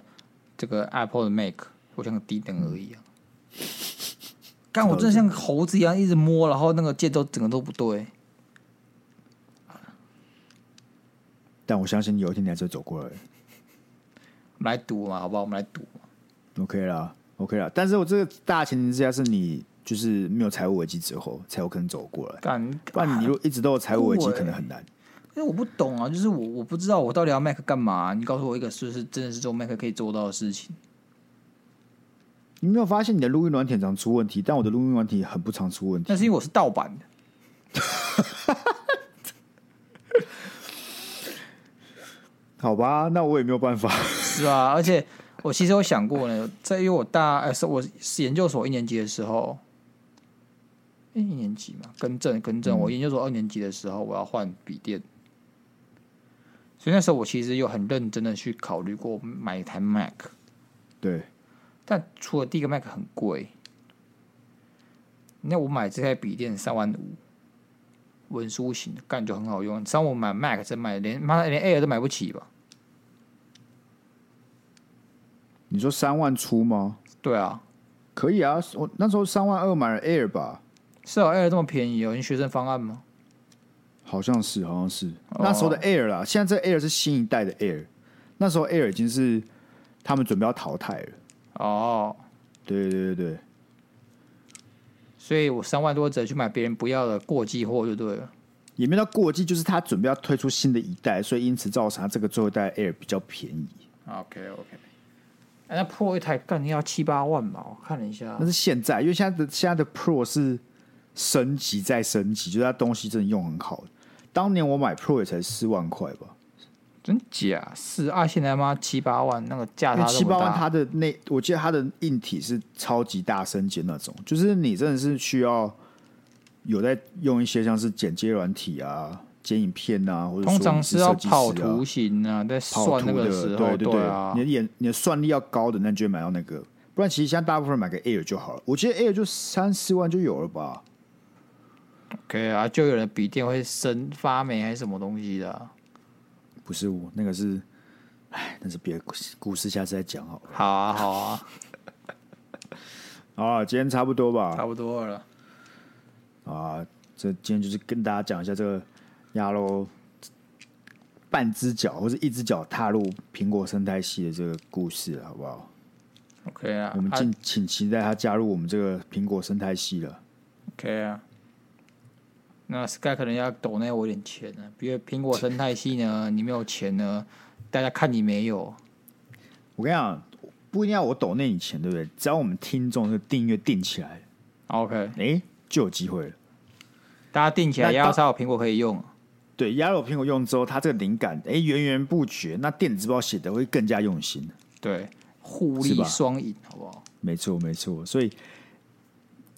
这个 Apple 的 Mac，我像个低等而已啊。嗯干，我真的像个猴子一样一直摸，然后那个键都整个都不对。但我相信有一天你还是会走过来的。我们来赌嘛，好不好？我们来赌嘛。 OK 啦，OK 啦。但是我这个大前提之下是你就是没有财务危机之后才有可能走过来，干，不然你如果一直都有财务危机，对可能很难。因为我不懂啊，就是我我不知道我到底要 Mac 干嘛、啊你告诉我一个就是真的是做 Mac 可以做到的事情。你没有发现你的录音软体很常出问题，但我的录音软体很不常出问题那。是因为我是盗版的。好吧，那我也没有办法。 是啊，而且我其实有想过呢，在因为我大呃是我是研究所一年级的时候，诶一年级嘛，更正更正，我研究所二年级的时候我要换笔电，所以那时候我其实有很认真的去考虑过买一台 Mac，对，但除了第一个 Mac 很贵，那我买这台笔电三万五。文书型的干就很好用，像我买 Mac 真买连妈的连 Air 都买不起吧？你说三万出吗？对啊，可以啊，我那时候三万二买了 Air 吧，是哦，Air 这么便宜哦，你学生方案吗？好像是，好像是、哦那时候的 Air 啦。现在这 Air 是新一代的 Air，那时候 Air 已经是他们准备要淘汰了。哦，对对对对，所以我三万多只去买别人不要的过季货就对了。也没到过季，就是他准备要推出新的一代，所以因此造成他这个最后一代 Air 比较便宜。 OK OK，、哎，那破一台干要七八万吧？我看了一下那，是现在，因为现在的现在的 Pro 是升级再升级，就是它东西真的用很好。当年我买 Pro 也才四万块吧，真假是啊？现在妈七八万那个价因差为七这么八万大它的那，我记得它的硬体是超级大升级那种，就是你真的是需要有在用一些像是剪接软体啊、剪影片啊，或者说通常你是是要设计师啊跑图形啊，在跑算那图个的，时候，对对，啊你，的眼你的算力要高的，那你就会买到那个。不然其实现在大部分人买个 Air 就好了，我记得 Air 就三四万就有了吧。 OK 啊，就有人笔电会生发霉还是什么东西的啊、不是我，那个是，哎，那是别的故事，故事下次再讲好了。好啊，好 啊，啊，今天差不多吧。差不多了。啊，这今天就是跟大家讲一下这个鸭肉半只脚或者一只脚踏入苹果生态系的这个故事，好不好？ OK 啊，我们啊敬请期待它加入我们这个苹果生态系了。 OK 啊。那 Sky 可能要抖那我一点钱呢、因为苹果生态系呢，你没有钱呢，大家看你没有，我跟你讲，不一定要我抖那你钱，对不对？只要我们听众这个订阅订起来， OK，哎、就有机会了。大家定起来那到要才有苹果可以用。对，鸭肉苹果用之后，它这个灵感哎源源不绝，那电子报写的会更加用心。对，互是利吧双赢，好不好？没错，没错。所以，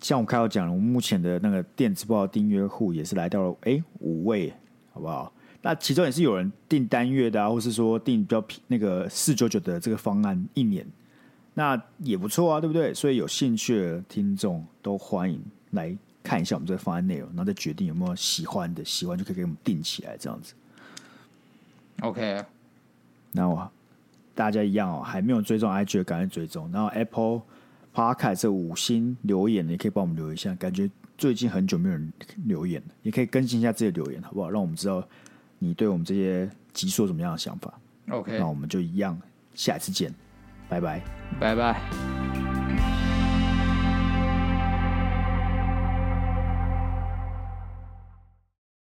像我开头讲了，我们目前的那个电子报订阅户也是来到了哎五位，好不好？那其中也是有人订单月的、啊，或是说订比较便那个四九九的这个方案一年，那也不错啊，对不对？所以有兴趣的听众都欢迎来看一下我们这个方案内容，然后再决定有没有喜欢的，喜欢就可以给我们定起来这样子。 OK，那我大家一样哦，还没有追踪 IG 的赶快追踪，然后 Apple Podcast 这五星留言的也可以帮我们留一下，感觉最近很久没有人留言了，也可以更新一下自己的留言，好不好？让我们知道你对我们这些集数有什么样的想法。 OK，那我们就一样，下次见，拜拜。拜拜。